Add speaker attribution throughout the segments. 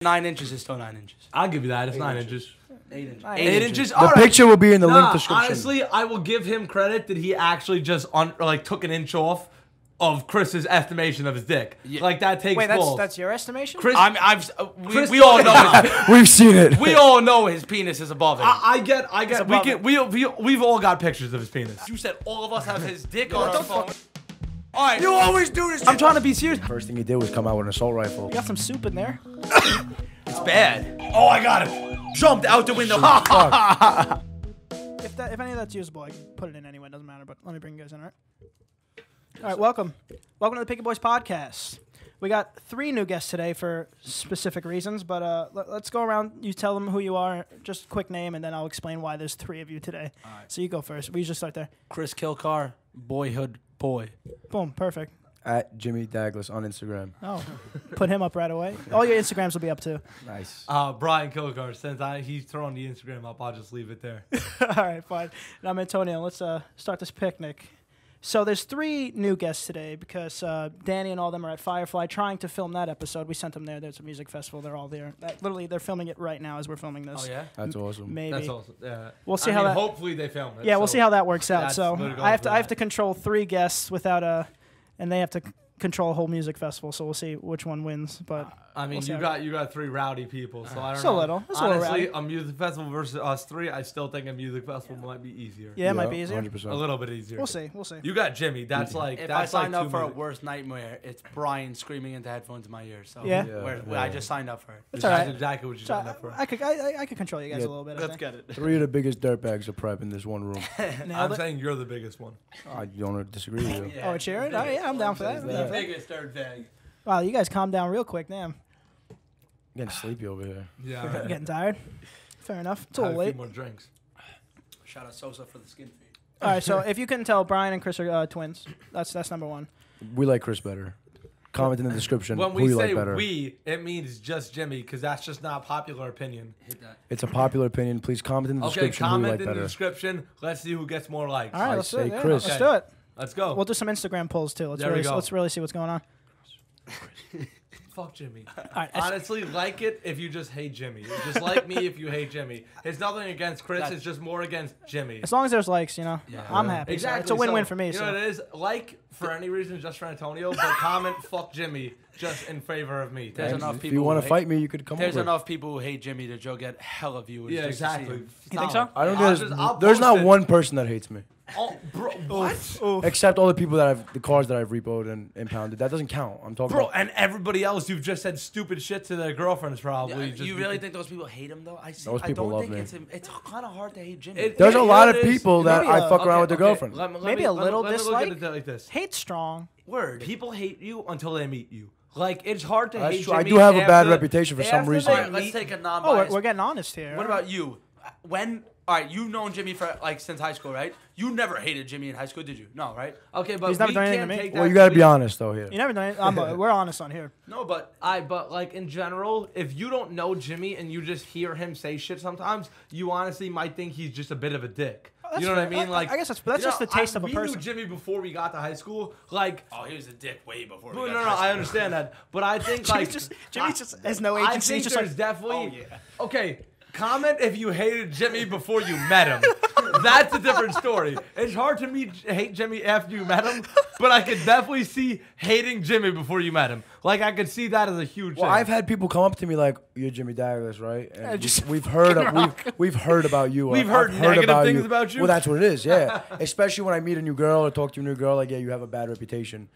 Speaker 1: Nine inches is still nine inches.
Speaker 2: I'll give you that. It's nine inches.
Speaker 1: Eight inches.
Speaker 2: Eight
Speaker 1: Eight
Speaker 2: inches.
Speaker 1: inches.
Speaker 3: The
Speaker 1: All right.
Speaker 3: picture will be in the
Speaker 2: Nah,
Speaker 3: link description.
Speaker 2: honestly, I will give him credit that he actually just on or, like took an inch off of Chris's estimation of his dick. Like that takes
Speaker 4: Wait, that's
Speaker 2: balls.
Speaker 4: that's your estimation?
Speaker 2: Chris.
Speaker 1: I'm, I've, we,
Speaker 2: Chris-
Speaker 1: we all know.
Speaker 3: We've seen it.
Speaker 1: we all know his penis is above it.
Speaker 2: I, I get, I get. We
Speaker 4: above
Speaker 2: can, we, we, we've all got pictures of his penis.
Speaker 1: you said all of us have his dick on our phone. All right.
Speaker 3: always do this.
Speaker 1: I'm trying to be serious.
Speaker 3: First thing you did was come out with an assault rifle.
Speaker 4: You got some soup in there.
Speaker 1: It's bad.
Speaker 2: Oh, I got it. Jumped out the window.
Speaker 4: If that, if any of that's usable, I can put it in anyway. It doesn't matter. But let me bring you guys in. All right. All right. Welcome. Welcome to the Picky Boys podcast. We got three new guests today for specific reasons, but uh, let, us go around. You tell them who you are, just quick name, and then I'll explain why there's three of you today. So you go first. We just start there.
Speaker 1: Chris Kilcar, boyhood boy.
Speaker 4: Boom. Perfect.
Speaker 3: At Jimmy Douglas on Instagram.
Speaker 4: Oh, put him up right away. All your Instagrams will be up too.
Speaker 3: Nice.
Speaker 2: Uh, Brian Kilgar, since I, he's throwing the Instagram up, I'll just leave it there.
Speaker 4: All right, fine. And I'm Antonio. Let's uh, start this picnic. So there's three new guests today because uh, Danny and all them are at Firefly trying to film that episode. We sent them there. There's a music festival. They're all there. That, literally, they're filming it right now as we're filming this.
Speaker 1: Oh, yeah?
Speaker 3: That's awesome.
Speaker 4: Maybe.
Speaker 2: That's awesome. Yeah.
Speaker 4: We'll see
Speaker 2: I
Speaker 4: how
Speaker 2: mean,
Speaker 4: that-
Speaker 2: Hopefully they film it.
Speaker 4: yeah, we'll
Speaker 2: so-
Speaker 4: see how that works out.
Speaker 2: that's
Speaker 4: So
Speaker 2: what it
Speaker 4: I have
Speaker 2: goes
Speaker 4: to
Speaker 2: for
Speaker 4: I
Speaker 2: that.
Speaker 4: have to control three guests without a, and they have to c- control a whole music festival. So we'll see which one wins. But
Speaker 2: I mean,
Speaker 4: We'll see
Speaker 2: you
Speaker 4: how-
Speaker 2: got you got three rowdy people, so I don't
Speaker 4: It's a
Speaker 2: know.
Speaker 4: little. It's a little
Speaker 2: Honestly,
Speaker 4: rowdy.
Speaker 2: a music festival versus us three, I still think a music festival might be easier.
Speaker 4: yeah, it might be easier.
Speaker 3: 100%.
Speaker 2: A little bit easier.
Speaker 4: We'll see. We'll see.
Speaker 2: You got Jimmy. That's like
Speaker 1: If I
Speaker 2: that's
Speaker 1: signed
Speaker 2: like
Speaker 1: up for a worst nightmare, it's Brian screaming into headphones in my ear. So
Speaker 4: Yeah.
Speaker 3: Yeah,
Speaker 1: where-
Speaker 3: yeah.
Speaker 1: I just signed up for it.
Speaker 4: It's all right.
Speaker 2: exactly what you
Speaker 4: So
Speaker 2: signed
Speaker 4: I,
Speaker 2: up for.
Speaker 4: I could I, I- I could control you guys a
Speaker 3: Yeah.
Speaker 4: little bit. I think.
Speaker 1: get it.
Speaker 3: Three of the biggest dirtbags are prep in this one room.
Speaker 4: Nailed
Speaker 2: I'm
Speaker 4: it.
Speaker 2: saying you're the biggest one.
Speaker 3: I don't disagree with you.
Speaker 4: Oh, it's Jared? Oh, yeah, I'm down for that. I'm down for that.
Speaker 1: biggest third bag.
Speaker 4: Wow, you guys calm down real quick. Damn.
Speaker 3: Getting sleepy over here.
Speaker 2: Yeah.
Speaker 4: I'm
Speaker 2: right.
Speaker 4: getting tired. Fair enough. It's a
Speaker 2: Had
Speaker 4: little
Speaker 2: a few
Speaker 4: late.
Speaker 2: more drinks.
Speaker 1: Shout out Sosa for the skin feed.
Speaker 4: All right, so if you couldn't tell, Brian and Chris are uh, twins. That's that's number one.
Speaker 3: We like Chris better. Comment in the description
Speaker 2: When
Speaker 3: who
Speaker 2: we
Speaker 3: you
Speaker 2: say
Speaker 3: like better.
Speaker 2: we, it means just Jimmy, because that's just not popular opinion.
Speaker 1: Hit that.
Speaker 3: It's a popular opinion. Please comment in the
Speaker 2: Okay,
Speaker 3: description who you
Speaker 2: comment
Speaker 3: like
Speaker 2: in
Speaker 3: better.
Speaker 2: the description. Let's see who gets more likes.
Speaker 4: All right,
Speaker 3: I
Speaker 4: let's do
Speaker 3: say
Speaker 4: it. yeah,
Speaker 3: Chris.
Speaker 4: Let's
Speaker 2: Okay.
Speaker 4: do it.
Speaker 2: Let's go.
Speaker 4: We'll do some Instagram polls too. Let's
Speaker 2: There we
Speaker 4: really
Speaker 2: go.
Speaker 4: let's really see what's going on.
Speaker 2: Fuck Jimmy.
Speaker 4: All right,
Speaker 2: Honestly, like it if you just hate Jimmy. Just like me if you hate Jimmy. It's nothing against Chris.
Speaker 1: That's-
Speaker 2: It's just more against Jimmy.
Speaker 4: as long as there's likes, you know, I'm happy. so
Speaker 2: Exactly.
Speaker 4: It's a win-win
Speaker 2: so,
Speaker 4: for me.
Speaker 2: You
Speaker 4: so.
Speaker 2: know what it is? Like for any reason, just for Antonio, but comment "fuck Jimmy" just in favor of me.
Speaker 1: There's
Speaker 3: And
Speaker 1: enough
Speaker 3: if
Speaker 1: people
Speaker 3: you want
Speaker 1: who
Speaker 3: to fight me, you could come
Speaker 1: There's
Speaker 3: over.
Speaker 1: enough people who hate Jimmy that you'll get hella viewers.
Speaker 2: Yeah,
Speaker 1: just to see
Speaker 2: exactly.
Speaker 1: him.
Speaker 4: You think so?
Speaker 3: I don't
Speaker 2: I'll
Speaker 3: think
Speaker 2: just-
Speaker 3: there's,
Speaker 2: I'll
Speaker 3: there's
Speaker 2: post
Speaker 3: not
Speaker 2: it.
Speaker 3: one person that hates me,
Speaker 2: Oh, bro, what?
Speaker 3: except all the people that I've the cars that I've repoed and impounded. That doesn't count. I'm talking
Speaker 2: Bro,
Speaker 3: about
Speaker 2: and everybody else, you've just said stupid shit to their girlfriends,
Speaker 1: Yeah,
Speaker 2: probably.
Speaker 1: you
Speaker 2: just
Speaker 1: really think those people hate him though? I see.
Speaker 3: Those
Speaker 1: I
Speaker 3: people
Speaker 1: don't
Speaker 3: love
Speaker 1: think
Speaker 3: me.
Speaker 1: it's it's kind of hard to hate Jimmy.
Speaker 2: It-
Speaker 3: there's
Speaker 2: you
Speaker 3: a
Speaker 2: know
Speaker 3: lot
Speaker 2: what
Speaker 3: of
Speaker 2: it is?
Speaker 3: people that
Speaker 4: Maybe,
Speaker 3: I
Speaker 4: uh,
Speaker 3: fuck around
Speaker 2: Okay,
Speaker 3: with their
Speaker 2: okay,
Speaker 3: girlfriend.
Speaker 2: let me- let
Speaker 4: Maybe
Speaker 2: me-
Speaker 4: a
Speaker 2: let me-
Speaker 4: little
Speaker 2: let me look at
Speaker 4: dislike?
Speaker 2: it like this.
Speaker 4: Hate strong.
Speaker 1: Word.
Speaker 2: People hate you until they meet you. Like it's hard to
Speaker 3: That's
Speaker 2: hate.
Speaker 3: true. I
Speaker 2: Jimmy
Speaker 3: do have a
Speaker 2: after-
Speaker 3: bad reputation for some
Speaker 2: after
Speaker 3: reason.
Speaker 1: All
Speaker 2: they
Speaker 1: right, let's
Speaker 2: meet-
Speaker 1: take a
Speaker 4: Oh, we're,
Speaker 1: non-biased.
Speaker 4: we're getting honest here.
Speaker 1: what about you? When? All right, you've known Jimmy for like since high school, right? You never hated Jimmy in high school, did you? No, right?
Speaker 2: Okay, but
Speaker 4: He's never
Speaker 2: we
Speaker 4: done anything
Speaker 2: can't
Speaker 4: to me.
Speaker 2: take that.
Speaker 3: Well, you gotta
Speaker 2: we-
Speaker 3: be honest though here.
Speaker 4: You never know. I'm, uh, we're honest on here.
Speaker 2: No, but I. But like in general, if you don't know Jimmy and you just hear him say shit sometimes, you honestly might think he's just a bit of a dick.
Speaker 4: Oh, that's
Speaker 2: you know what I
Speaker 4: fair.
Speaker 2: mean?
Speaker 4: I-
Speaker 2: Like
Speaker 4: I guess that's- that's
Speaker 2: you
Speaker 4: just the taste of a
Speaker 2: we
Speaker 4: person.
Speaker 2: knew Jimmy before we got to high school. Like,
Speaker 1: Oh, he was a dick way before. we
Speaker 2: no, no,
Speaker 1: got
Speaker 2: no,
Speaker 1: to high
Speaker 2: I
Speaker 1: school.
Speaker 2: understand that, but I think
Speaker 4: Jimmy
Speaker 2: like
Speaker 4: just Jimmy
Speaker 2: I-
Speaker 4: just has no
Speaker 2: I
Speaker 4: agency.
Speaker 2: think
Speaker 4: He's just
Speaker 2: there's
Speaker 4: like
Speaker 2: definitely
Speaker 1: Oh,
Speaker 2: okay. Comment if you hated Jimmy before you met him. That's a different story. It's hard to meet hate Jimmy after you met him, but I could definitely see hating Jimmy before you met him. Like I could see that as a huge.
Speaker 3: Well,
Speaker 2: thing.
Speaker 3: I've had people come up to me like, "You're Jimmy Douglas, right?" And we-
Speaker 4: just
Speaker 3: we've heard of, we've we've heard about you.
Speaker 2: We've
Speaker 3: I've
Speaker 2: heard negative things about you.
Speaker 3: Well, that's what it is. Yeah, especially when I meet a new girl or talk to a new girl, like, yeah, you have a bad reputation.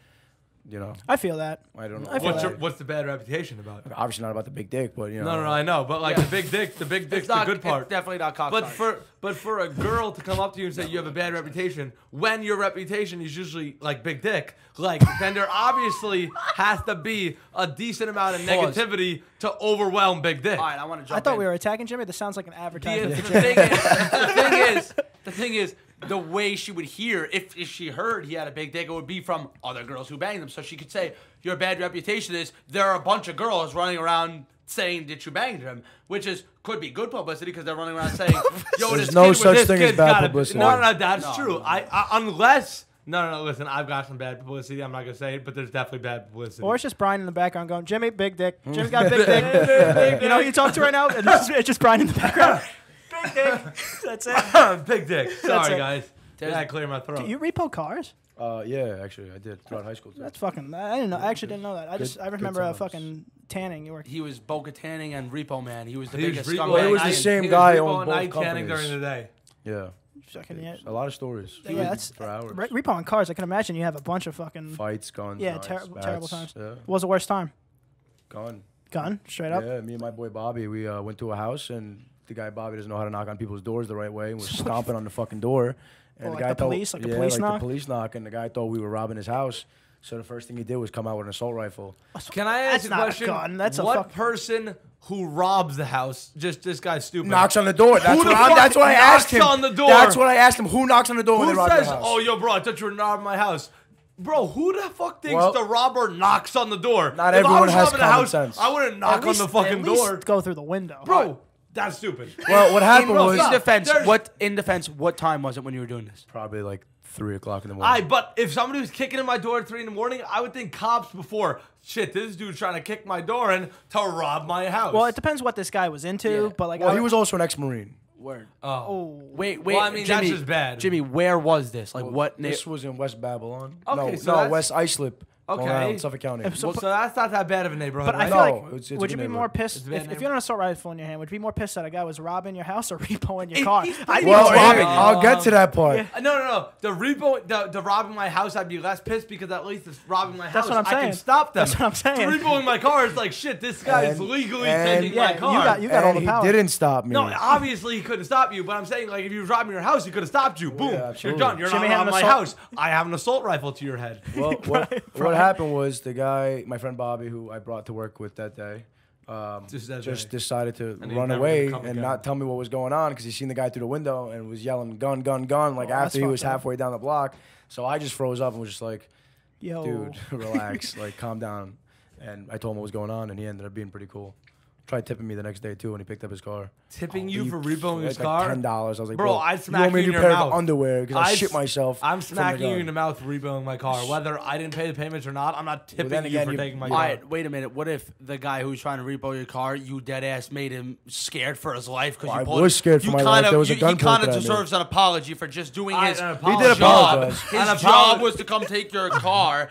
Speaker 3: You know,
Speaker 4: I feel that.
Speaker 3: I don't know.
Speaker 4: I feel
Speaker 2: What's,
Speaker 4: that.
Speaker 2: your, what's the bad reputation about? it?
Speaker 3: Obviously not about the big dick, but you know.
Speaker 2: No, no, no, I know, but like the big dick, the big dick's
Speaker 1: It's not
Speaker 2: the good part.
Speaker 1: It's definitely not cock.
Speaker 2: But for but for a girl to come up to you and say you have a bad reputation, when your reputation is usually like big dick, like then there obviously has to be a decent amount of
Speaker 1: Pause.
Speaker 2: negativity to overwhelm big dick.
Speaker 1: all right, I want to jump.
Speaker 4: I thought
Speaker 1: in.
Speaker 4: we were attacking Jimmy. This sounds like an
Speaker 1: The,
Speaker 4: advertisement.
Speaker 1: the
Speaker 4: for Jimmy.
Speaker 1: thing is, the thing is, the thing is, the way she would hear if, if she heard he had a big dick, it would be from other girls who banged him. So she could say, "Your bad reputation is there are a bunch of girls running around." Saying that you banged him, which is could be good publicity because they're running around saying, "Yo,
Speaker 3: There's
Speaker 1: this
Speaker 3: no
Speaker 1: kid with
Speaker 3: such
Speaker 1: this
Speaker 3: thing as
Speaker 1: kid's
Speaker 3: bad
Speaker 1: got a-"
Speaker 3: publicity.
Speaker 2: No, no, no, that's
Speaker 1: No,
Speaker 2: true.
Speaker 1: no, no.
Speaker 2: I, I unless No, no, no. Listen, I've got some bad publicity. I'm not gonna say it, but there's definitely bad publicity.
Speaker 4: Or it's just Brian in the background going, Jimmy, big dick. Jimmy's got a big dick. you know who you talk to right now? And It's just, it's just Brian in the background. big dick. That's it.
Speaker 2: big dick.
Speaker 4: That's
Speaker 2: Sorry,
Speaker 4: it.
Speaker 2: guys. Did I clear my throat?
Speaker 4: You repo cars?
Speaker 3: Uh, yeah, actually, I did throughout high school. Too.
Speaker 4: That's fucking. I didn't know. I actually didn't know that. I just
Speaker 3: Good-
Speaker 4: I remember uh,
Speaker 3: good times.
Speaker 4: fucking tanning. You were
Speaker 1: He was bo tanning and Repo Man. He was the
Speaker 2: He was
Speaker 1: biggest
Speaker 2: Repo-
Speaker 1: scumbag.
Speaker 3: Well, it was
Speaker 1: I-
Speaker 3: the same
Speaker 2: He was
Speaker 3: guy
Speaker 2: Repo
Speaker 3: on
Speaker 2: and
Speaker 3: both
Speaker 2: Ike Channing
Speaker 3: companies.
Speaker 2: during the day.
Speaker 3: Yeah,
Speaker 4: fucking. Yeah,
Speaker 3: a lot of stories.
Speaker 4: yeah that's
Speaker 3: for hours.
Speaker 4: re- repo on cars. I can imagine you have a bunch of fucking.
Speaker 3: Fights, guns.
Speaker 4: Yeah,
Speaker 3: knives,
Speaker 4: terrible- terrible
Speaker 3: bats.
Speaker 4: times.
Speaker 3: Yeah,
Speaker 4: What was the worst time?
Speaker 3: gun.
Speaker 4: Gun, straight up.
Speaker 3: Yeah, me and my boy Bobby, we uh, went to a house and the guy Bobby doesn't know how to knock on people's doors the right way and was stomping on the fucking door. And
Speaker 4: Well, Oh, like the police- like the
Speaker 3: yeah,
Speaker 4: police
Speaker 3: like
Speaker 4: knock?
Speaker 3: the police knock, and the guy thought we were robbing his house. So the first thing he did was come out with an assault rifle.
Speaker 2: Can I
Speaker 4: That's
Speaker 2: ask a
Speaker 4: not a
Speaker 2: question?
Speaker 4: gun, that's a
Speaker 2: what
Speaker 4: fuck-
Speaker 2: person who robs the house? Just this guy's stupid.
Speaker 3: Knocks on the door. That's
Speaker 2: Who the
Speaker 3: what, I,
Speaker 2: fuck
Speaker 3: that's what I
Speaker 2: knocks
Speaker 3: asked him.
Speaker 2: on the door?
Speaker 3: That's what I asked him. Who knocks on the door when
Speaker 2: Who
Speaker 3: they rob
Speaker 2: says,
Speaker 3: your house?
Speaker 2: "Oh, yo, bro, I thought you were robbing my house"? Bro, who the fuck thinks
Speaker 3: Well-
Speaker 2: the robber knocks on the door?
Speaker 3: Not
Speaker 2: if I
Speaker 3: everyone
Speaker 2: was
Speaker 3: has
Speaker 2: robbing a
Speaker 3: common
Speaker 2: house,
Speaker 3: sense.
Speaker 2: I wouldn't knock
Speaker 4: At
Speaker 2: on
Speaker 4: least-
Speaker 2: the fucking
Speaker 4: at least
Speaker 2: door,
Speaker 4: Go through the window,
Speaker 2: bro. That's stupid.
Speaker 3: Well, what happened
Speaker 2: Bro,
Speaker 1: In
Speaker 3: was
Speaker 2: stop.
Speaker 1: defense,
Speaker 2: There's-
Speaker 1: what in defense? What time was it when you were doing this?
Speaker 3: probably like three o'clock in the morning.
Speaker 2: I but if somebody was kicking in my door at three in the morning, I would think cops before. Shit, this dude trying to kick my door in to rob my house.
Speaker 4: Well, it depends what this guy was into,
Speaker 1: Yeah.
Speaker 4: but like,
Speaker 3: well,
Speaker 4: I,
Speaker 3: he was also an ex-marine.
Speaker 1: Word.
Speaker 4: oh,
Speaker 1: Wait, wait.
Speaker 2: Well, I mean, that's
Speaker 1: Jimmy,
Speaker 2: just bad.
Speaker 1: Jimmy, where was this? Like, what?
Speaker 3: This was in West Babylon.
Speaker 2: Okay,
Speaker 3: no,
Speaker 2: so
Speaker 3: no,
Speaker 2: that's-
Speaker 3: West Islip. going
Speaker 2: Okay.
Speaker 3: around Suffolk County.
Speaker 2: well, so that's not that bad of a neighborhood.
Speaker 4: But I
Speaker 2: right?
Speaker 4: feel
Speaker 3: No,
Speaker 4: like,
Speaker 3: it's- it's
Speaker 4: would you
Speaker 3: a good
Speaker 4: be
Speaker 3: neighborhood.
Speaker 4: more pissed
Speaker 2: a
Speaker 4: if,
Speaker 2: bad
Speaker 4: if you had an assault rifle in your hand? Would you be more pissed that a guy was robbing your house or repoing your car?
Speaker 2: he's-
Speaker 4: I think
Speaker 3: well,
Speaker 4: it's robbing.
Speaker 3: hey, I'll get to that part.
Speaker 2: Uh, No, no, no. The repo, the, the robbing my house, I'd be less pissed because at least it's robbing my house.
Speaker 4: That's what I'm
Speaker 2: I can
Speaker 4: saying.
Speaker 2: stop them.
Speaker 4: That's what I'm saying.
Speaker 2: The repoing my car is like, shit, this guy's
Speaker 3: And-
Speaker 2: legally
Speaker 3: and-
Speaker 2: taking
Speaker 4: Yeah,
Speaker 2: my
Speaker 4: you
Speaker 2: car.
Speaker 4: got- you got all
Speaker 3: and
Speaker 4: the
Speaker 3: he
Speaker 4: power.
Speaker 3: didn't stop me.
Speaker 2: no, obviously he couldn't stop you, but I'm saying like if you was robbing your house, he could have stopped you. Boom, you're
Speaker 3: absolutely.
Speaker 2: done. You're
Speaker 4: Jimmy had
Speaker 2: not
Speaker 4: an
Speaker 2: robbing my
Speaker 4: assault-
Speaker 2: house. I have an assault rifle to your head.
Speaker 3: Well, what, what happened was the guy, my friend Bobby, who I brought to work with that day, um,
Speaker 2: Just that
Speaker 3: just
Speaker 2: day.
Speaker 3: decided to
Speaker 2: he's
Speaker 3: run
Speaker 2: never
Speaker 3: away
Speaker 2: gonna come
Speaker 3: and
Speaker 2: again.
Speaker 3: not tell me what was going on because he seen the guy through the window and was yelling "gun, gun, gun" like
Speaker 4: Oh, that's
Speaker 3: after he was
Speaker 4: fucked up.
Speaker 3: halfway down the block. So I just froze up and was just like,
Speaker 4: Yo,
Speaker 3: "Dude, relax, like calm down." And I told him what was going on, and he ended up being pretty cool. Tried tipping me the next day too when he picked up his car.
Speaker 2: Tipping
Speaker 3: Oh,
Speaker 2: you
Speaker 3: he
Speaker 2: for repoing his
Speaker 3: like
Speaker 2: car?
Speaker 3: Ten dollars. I was like,
Speaker 2: Bro,
Speaker 3: "Bro,
Speaker 2: I'd
Speaker 3: you
Speaker 2: smack
Speaker 3: owe me
Speaker 2: you
Speaker 3: a
Speaker 2: in
Speaker 3: new
Speaker 2: your
Speaker 3: pair
Speaker 2: mouth."
Speaker 3: of underwear because I
Speaker 2: I'd
Speaker 3: shit
Speaker 2: s-
Speaker 3: myself."
Speaker 2: I'm
Speaker 3: from the
Speaker 2: smacking you
Speaker 3: gun."
Speaker 2: in the mouth, for repoing my car. Whether I didn't pay the payments or not, I'm not tipping
Speaker 3: then
Speaker 2: you
Speaker 3: again,
Speaker 2: for
Speaker 3: you-
Speaker 2: taking my
Speaker 3: you-
Speaker 1: All
Speaker 2: car.
Speaker 1: right, wait a minute. What if the guy who was trying to repo your car, you dead ass made him scared for his life because
Speaker 3: Well,
Speaker 1: you
Speaker 3: I
Speaker 1: pulled-
Speaker 3: was scared for
Speaker 1: you
Speaker 3: my
Speaker 1: kinda,
Speaker 3: life. There was a
Speaker 1: you,
Speaker 3: gun
Speaker 1: He
Speaker 3: point
Speaker 1: kind
Speaker 3: that
Speaker 1: of
Speaker 3: I
Speaker 1: deserves an apology for just doing
Speaker 2: I-
Speaker 1: his,
Speaker 2: an
Speaker 1: his
Speaker 2: apology. He did
Speaker 1: job.
Speaker 3: apologize.
Speaker 1: His
Speaker 2: An
Speaker 1: job
Speaker 2: apology.
Speaker 1: was to come take your car,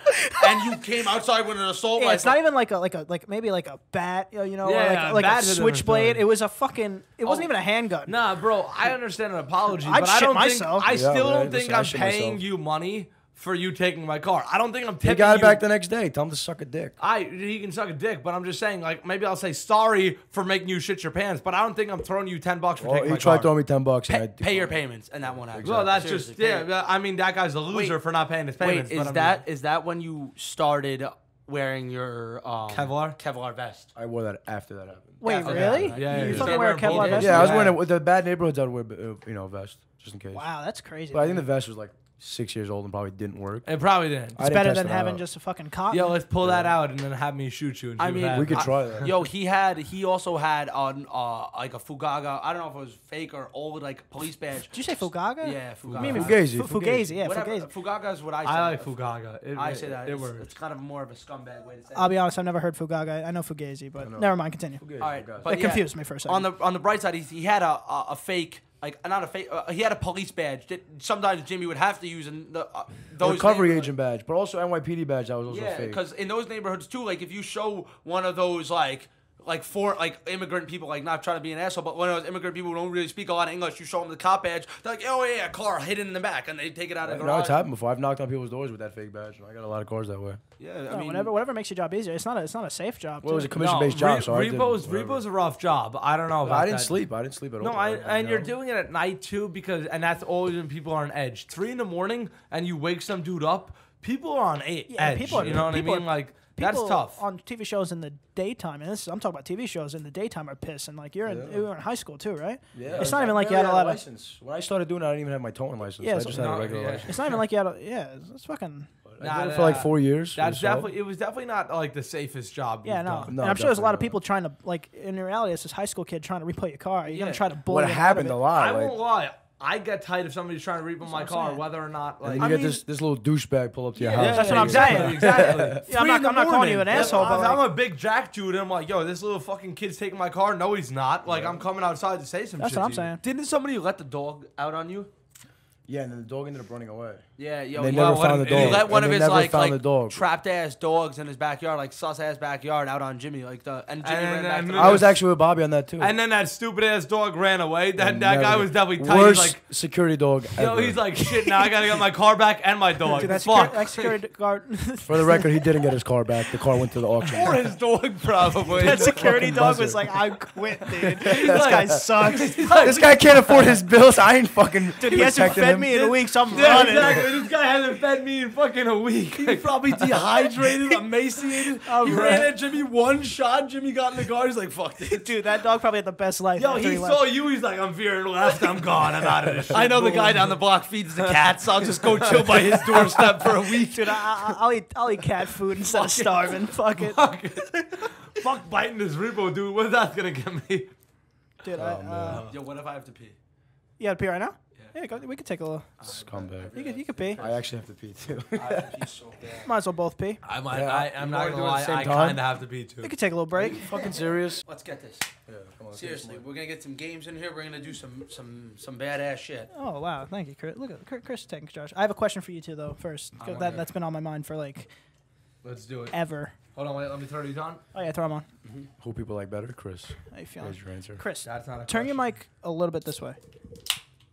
Speaker 1: and you came outside with an assault
Speaker 4: yeah,
Speaker 1: rifle.
Speaker 4: it's not even like a like a like maybe like a bat, you know,
Speaker 2: Yeah,
Speaker 4: or
Speaker 2: yeah,
Speaker 4: like, like a
Speaker 2: bat is another
Speaker 4: switchblade.
Speaker 2: story.
Speaker 4: It was a fucking. It wasn't even a handgun.
Speaker 2: Nah, bro, I understand an apology,
Speaker 4: I'd
Speaker 2: but I
Speaker 4: shit
Speaker 2: don't
Speaker 4: myself.
Speaker 2: think I
Speaker 4: Yeah,
Speaker 2: still
Speaker 3: but I-
Speaker 2: don't think
Speaker 3: listen, I
Speaker 2: I'm
Speaker 3: shit
Speaker 2: paying
Speaker 3: myself.
Speaker 2: you money for you taking my car. I don't think I'm tipping
Speaker 3: He got
Speaker 2: you.
Speaker 3: it back the next day. Tell him to suck a dick.
Speaker 2: I he can suck a dick, but I'm just saying, like maybe I'll say sorry for making you shit your pants, but I don't think I'm throwing you ten bucks for
Speaker 3: Well,
Speaker 2: taking
Speaker 3: he
Speaker 2: my
Speaker 3: tried
Speaker 2: car.
Speaker 3: throwing me ten bucks. and I
Speaker 1: pay,
Speaker 3: declined.
Speaker 1: pay your payments, and that won't happen.
Speaker 2: Well, that's just
Speaker 1: Seriously, pay
Speaker 2: yeah.
Speaker 1: your-
Speaker 2: I mean, that guy's a loser for not paying his payments.
Speaker 1: Wait, is
Speaker 2: but
Speaker 1: that is that when you started wearing your um,
Speaker 2: Kevlar?
Speaker 1: Kevlar vest?
Speaker 3: I wore that after that happened.
Speaker 4: Wait,
Speaker 1: Yeah,
Speaker 4: really?
Speaker 1: yeah,
Speaker 2: yeah,
Speaker 4: you
Speaker 2: yeah.
Speaker 4: fucking
Speaker 2: Yeah,
Speaker 4: wear a
Speaker 2: wearing
Speaker 4: Kevlar
Speaker 2: both.
Speaker 4: vest?
Speaker 3: Yeah, I was
Speaker 2: Yeah.
Speaker 3: wearing it, the bad neighborhoods. I'd wear, uh, you know, vest just in case.
Speaker 4: Wow, that's crazy.
Speaker 3: But I think the
Speaker 4: dude.
Speaker 3: vest was like six years old and probably didn't work.
Speaker 2: it probably didn't.
Speaker 3: I
Speaker 4: it's
Speaker 3: didn't
Speaker 4: better
Speaker 3: test
Speaker 4: than
Speaker 3: it
Speaker 4: having
Speaker 3: out.
Speaker 4: just a fucking cotton.
Speaker 2: Yo, let's pull that out and then have me shoot you. And see
Speaker 1: I
Speaker 2: what
Speaker 1: mean,
Speaker 2: happens.
Speaker 3: We could
Speaker 1: I-
Speaker 3: try that.
Speaker 1: Yo, he had he also had on uh like a Fugaga. I don't know if it was fake or old like police badge.
Speaker 4: Did you say Fugaga?
Speaker 1: Yeah, Fugaga.
Speaker 4: mean,
Speaker 3: Fugazi,
Speaker 4: Fu- Fugazi, yeah,
Speaker 1: Whatever.
Speaker 4: Fugazi.
Speaker 1: Fugaga is what I say.
Speaker 2: I like Fugaga. It,
Speaker 1: I say that.
Speaker 2: It,
Speaker 1: it's,
Speaker 2: works.
Speaker 1: it's kind of more of a scumbag way to say.
Speaker 4: I'll
Speaker 1: it.
Speaker 4: be honest, I've never heard Fugaga. I know Fugazi, but never mind. Continue.
Speaker 3: Fugazi,
Speaker 1: All right,
Speaker 3: Fugazi.
Speaker 1: but
Speaker 4: It
Speaker 1: yeah,
Speaker 4: confused me for a second.
Speaker 1: On the on the bright side, he, he had a, a a fake like not a fake. Uh, he had a police badge that sometimes Jimmy would have to use in the uh, those
Speaker 3: recovery
Speaker 1: neighborhoods.
Speaker 3: agent badge, but also NYPD badge. That was also
Speaker 1: Yeah,
Speaker 3: fake.
Speaker 1: because in those neighborhoods too, like if you show one of those like like for like immigrant people, like not trying to be an asshole, but one of those immigrant people who don't really speak a lot of English, you show them the cop badge, they're like, oh yeah, car hidden in the back, and they take it out of the
Speaker 3: No,
Speaker 1: garage.
Speaker 3: it's happened before. I've knocked on people's doors with that fake badge, and I got a lot of cars that way.
Speaker 1: Yeah, I
Speaker 4: No,
Speaker 1: mean,
Speaker 4: whatever, whatever makes your job easier. It's not a, it's not a safe job.
Speaker 3: Well, it was a
Speaker 4: too.
Speaker 3: commission-based
Speaker 2: No,
Speaker 3: job, so I did
Speaker 2: Repo's
Speaker 3: whatever.
Speaker 2: Repo's a rough job. I don't know about
Speaker 3: I didn't
Speaker 2: that.
Speaker 3: sleep. I didn't sleep at all.
Speaker 2: No, I,
Speaker 3: didn't
Speaker 2: and
Speaker 3: know.
Speaker 2: you're doing it at night too because and that's always when people are on edge. Three in the morning and you wake some dude up, people are on eight
Speaker 4: Yeah,
Speaker 2: edge.
Speaker 4: people are-
Speaker 2: you know what I
Speaker 4: people
Speaker 2: mean?
Speaker 4: are-
Speaker 2: like that's
Speaker 4: People
Speaker 2: tough.
Speaker 4: On TV shows in the daytime, and this I'm talking about TV shows in the daytime are pissed. And like you're in, you were in high school too, right?
Speaker 3: Yeah,
Speaker 4: It's not even
Speaker 3: I
Speaker 4: like you had
Speaker 3: barely
Speaker 4: a lot of.
Speaker 3: license. When I started doing it, I didn't even have my towing license.
Speaker 4: Yeah,
Speaker 3: I
Speaker 4: so-
Speaker 3: just had
Speaker 2: No,
Speaker 3: a regular
Speaker 2: yeah.
Speaker 3: license.
Speaker 4: It's not even like you had a. Yeah, it's, it's fucking.
Speaker 2: Nah,
Speaker 3: I did it
Speaker 2: nah,
Speaker 3: for like
Speaker 2: nah.
Speaker 3: four years.
Speaker 2: That's
Speaker 3: or so.
Speaker 2: definitely it was definitely not like the safest job.
Speaker 4: Yeah,
Speaker 2: you've
Speaker 4: no.
Speaker 2: done.
Speaker 4: And
Speaker 3: No,
Speaker 4: I'm sure there's a lot of
Speaker 3: definitely
Speaker 4: people trying to like. In reality, it's this high school kid trying to repo your car. You're
Speaker 1: Yeah.
Speaker 4: gonna try to bully.
Speaker 3: What
Speaker 4: him out of
Speaker 3: happened
Speaker 4: it.
Speaker 3: a
Speaker 2: I
Speaker 3: lot.
Speaker 2: won't
Speaker 3: Like,
Speaker 2: lie. I get tight if somebody's trying to reap on my
Speaker 4: I'm
Speaker 2: car,
Speaker 4: saying.
Speaker 2: whether or not
Speaker 3: And
Speaker 2: like.
Speaker 3: then you
Speaker 4: I
Speaker 3: get
Speaker 4: mean-
Speaker 3: this this little douchebag pull up to your
Speaker 2: Yeah,
Speaker 3: house.
Speaker 2: yeah,
Speaker 4: That's what I'm
Speaker 2: exactly,
Speaker 4: saying.
Speaker 2: Exactly.
Speaker 4: Yeah, I'm
Speaker 2: Three
Speaker 4: not-
Speaker 2: in the
Speaker 4: I'm not calling you an
Speaker 2: morning. Yeah,
Speaker 4: asshole, but
Speaker 2: if I'm a big jack dude, and I'm like, yo, this little fucking kid's taking my car. No, he's not. Like, I'm coming outside to say some
Speaker 4: That's
Speaker 2: shit.
Speaker 4: what I'm
Speaker 2: to you.
Speaker 4: saying.
Speaker 2: Didn't somebody let the dog out on you?
Speaker 3: Yeah, and then the dog ended up running away.
Speaker 1: Yeah, yo,
Speaker 3: They
Speaker 1: he
Speaker 3: never
Speaker 1: let one
Speaker 3: found
Speaker 1: of-
Speaker 3: the
Speaker 1: he
Speaker 3: dog.
Speaker 1: let one
Speaker 3: And
Speaker 1: of
Speaker 3: they
Speaker 1: his
Speaker 3: never
Speaker 1: like,
Speaker 3: found
Speaker 1: like
Speaker 3: the dog.
Speaker 1: trapped ass dogs in his backyard, like sus ass backyard, out on Jimmy, like the and Jimmy
Speaker 2: And-
Speaker 1: ran back.
Speaker 2: and
Speaker 1: to
Speaker 2: then
Speaker 1: the-
Speaker 3: I was actually with Bobby on that too.
Speaker 2: And then that stupid ass dog ran away. That that
Speaker 3: Never.
Speaker 2: guy was definitely tight.
Speaker 3: Worst
Speaker 2: He's like,
Speaker 3: security dog
Speaker 2: yo,
Speaker 3: ever.
Speaker 2: he's like, shit. Now I gotta get my car back and my dog.
Speaker 4: Dude, that security,
Speaker 2: Fuck.
Speaker 4: that security guard,
Speaker 3: For the record, he didn't get his car back. The car went to the auction.
Speaker 2: or his dog probably.
Speaker 4: that security
Speaker 3: Fucking
Speaker 4: dog
Speaker 3: buzzer.
Speaker 4: was like, I quit, dude. This guy sucks.
Speaker 3: this guy can't afford his bills. I ain't fucking.
Speaker 4: Dude, he hasn't
Speaker 3: protecting
Speaker 4: fed
Speaker 3: him.
Speaker 4: me in a week, so I'm
Speaker 2: yeah,
Speaker 4: running.
Speaker 2: exactly. This guy hasn't fed me in fucking a week. He's probably dehydrated, emaciated. he ran at Jimmy one shot. Jimmy got in the car. He's like, fuck this.
Speaker 4: Dude, that dog probably had the best life.
Speaker 2: Yo,
Speaker 4: after
Speaker 2: he
Speaker 4: left.
Speaker 2: saw you. He's like, I'm veering left. I'm gone. I'm out of this.
Speaker 1: I know the guy down the block feeds the cats. I'll just go chill by his doorstep for a week.
Speaker 4: Dude, I, I, I'll eat I'll eat cat food instead of starving. Fuck it,
Speaker 2: Fuck it. Fuck biting this repo, dude. What's that gonna get me?
Speaker 3: Oh,
Speaker 4: dude. I, uh,
Speaker 1: Yo, what if I have to pee?
Speaker 4: you gotta pee right now? Yeah, go, we could take a little. You
Speaker 3: Scumbag.
Speaker 4: could you could pee.
Speaker 3: I actually have to pee too.
Speaker 4: Might as well both pee.
Speaker 2: I might.
Speaker 3: Yeah.
Speaker 2: I, I'm
Speaker 3: You
Speaker 2: not gonna
Speaker 3: wanna do it at
Speaker 2: lie.
Speaker 3: the same
Speaker 2: I
Speaker 3: time?
Speaker 2: kind of have to be too.
Speaker 4: We could take a little break.
Speaker 3: fucking serious.
Speaker 1: Let's get this. Seriously, we're gonna get some games in here. We're gonna do some some some badass shit.
Speaker 4: Oh wow, thank you, Chris. Look at Chris, Chris taking Josh. I have a question for you too, though. First, 'cause
Speaker 2: I'm
Speaker 4: that
Speaker 2: good.
Speaker 4: that's been on my mind for like
Speaker 2: Let's do it.
Speaker 4: ever.
Speaker 2: Hold on. Wait. Let me turn these on.
Speaker 4: Oh yeah, throw him on.
Speaker 3: Who people like better? Chris.
Speaker 4: How you feeling,
Speaker 3: There's your answer.
Speaker 4: Chris?
Speaker 2: That's not a.
Speaker 4: Turn your
Speaker 2: question.
Speaker 4: mic a little bit this way.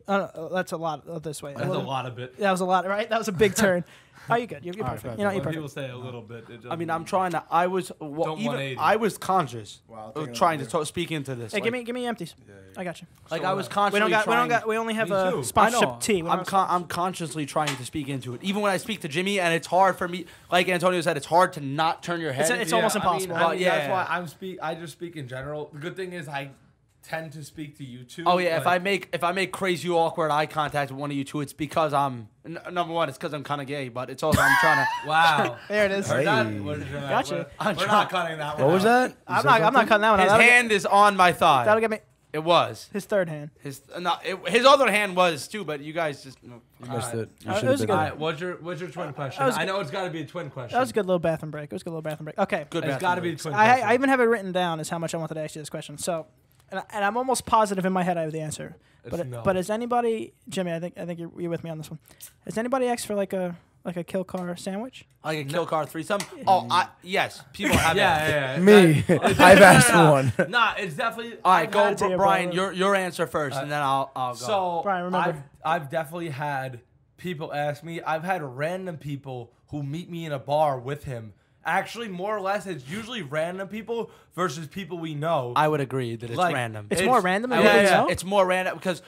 Speaker 4: Uh, uh, that's a lot uh, this way.
Speaker 2: That's a
Speaker 4: little-
Speaker 2: lot of bit.
Speaker 4: That was a lot, right? That was a big turn. Oh, you good? You're, you're
Speaker 3: All right,
Speaker 4: perfect.
Speaker 3: perfect.
Speaker 4: You know, you're
Speaker 2: When
Speaker 4: perfect.
Speaker 2: people say a little bit. It
Speaker 1: I mean, I'm trying to. I was well,
Speaker 2: Don't
Speaker 1: even.
Speaker 2: 180.
Speaker 1: I was conscious
Speaker 3: Wow,
Speaker 1: of
Speaker 3: taking it
Speaker 1: trying to
Speaker 3: over.
Speaker 1: talk, speak into this.
Speaker 4: Hey,
Speaker 1: like,
Speaker 4: give me give me empties. I got you.
Speaker 1: Like
Speaker 2: So
Speaker 1: I
Speaker 2: what?
Speaker 1: was
Speaker 2: We
Speaker 1: consciously
Speaker 4: We don't got we don't
Speaker 1: trying-
Speaker 4: got we only have
Speaker 2: Me
Speaker 4: a
Speaker 2: too.
Speaker 1: I know.
Speaker 4: sponsorship tea. We don't
Speaker 1: I'm
Speaker 4: have
Speaker 1: con- I'm consciously trying to speak into it. Even when I speak to Jimmy, and it's hard for me. Like Antonio said, it's hard to not turn your head.
Speaker 4: It's- it's almost impossible.
Speaker 2: I mean, I mean,
Speaker 1: Yeah.
Speaker 2: That's why I'm speak. I just speak in general. The good thing is I tend to speak to you two.
Speaker 1: Oh yeah, if I
Speaker 2: like-
Speaker 1: make if I make crazy awkward eye contact with one of you two, it's because I'm n- number one. It's because I'm kind of gay, but it's also I'm trying to.
Speaker 2: Wow.
Speaker 4: There it is.
Speaker 2: We're not-
Speaker 3: Hey.
Speaker 2: we're- we're not-
Speaker 4: Gotcha.
Speaker 2: we're-
Speaker 1: I'm
Speaker 2: We're
Speaker 1: trying-
Speaker 2: not cutting that one.
Speaker 3: What was
Speaker 2: out.
Speaker 3: that? You
Speaker 4: I'm not. I'm
Speaker 3: said something?
Speaker 4: not cutting that one. out.
Speaker 1: His
Speaker 4: That'll,
Speaker 1: hand is on my
Speaker 4: get, that'll
Speaker 1: thigh.
Speaker 4: get me
Speaker 1: It was
Speaker 4: his third hand.
Speaker 1: his. No, it, his other hand was too, but you guys just. No.
Speaker 3: You missed
Speaker 2: Alright.
Speaker 3: it. You
Speaker 4: Uh, it
Speaker 3: should have
Speaker 4: was
Speaker 3: been
Speaker 4: good.
Speaker 2: All
Speaker 3: there.
Speaker 2: right. What's your What's your twin question?
Speaker 4: was
Speaker 2: I know it's got to be a twin question.
Speaker 4: That was a good little bathroom break. It was a good little bathroom break. Okay.
Speaker 1: Good
Speaker 2: It's
Speaker 1: bathroom
Speaker 2: got to be a
Speaker 1: breaks.
Speaker 2: twin
Speaker 4: I,
Speaker 2: question.
Speaker 4: I even have it written down as how much I wanted to ask you this question. So, and, I, and I'm almost positive in my head I have the answer. But
Speaker 2: It's no.
Speaker 4: but has anybody, Jimmy? I think I think you're, you're with me on this one. Has anybody asked for like a like a kill car sandwich?
Speaker 1: like a kill car threesome. Oh, I, yes, people have
Speaker 2: yeah,
Speaker 1: that.
Speaker 2: yeah, yeah.
Speaker 3: Me. I've asked one.
Speaker 2: Nah, it's definitely.
Speaker 1: All right,
Speaker 2: I've
Speaker 1: go,
Speaker 2: had-
Speaker 4: to
Speaker 1: Bri-
Speaker 4: you,
Speaker 1: Brian.
Speaker 4: Brian.
Speaker 1: Your your answer first, and then I'll I'll go.
Speaker 2: So
Speaker 4: Brian, remember.
Speaker 2: I've I've definitely had people ask me. I've had random people who meet me in a bar with him. Actually, more or less, it's usually random people versus people we know.
Speaker 1: I would agree that it's
Speaker 2: Like,
Speaker 1: random.
Speaker 4: It's,
Speaker 2: It's-
Speaker 4: more random.
Speaker 2: I
Speaker 4: than
Speaker 2: would
Speaker 4: you
Speaker 2: think
Speaker 4: know?
Speaker 2: so.
Speaker 1: It's more random because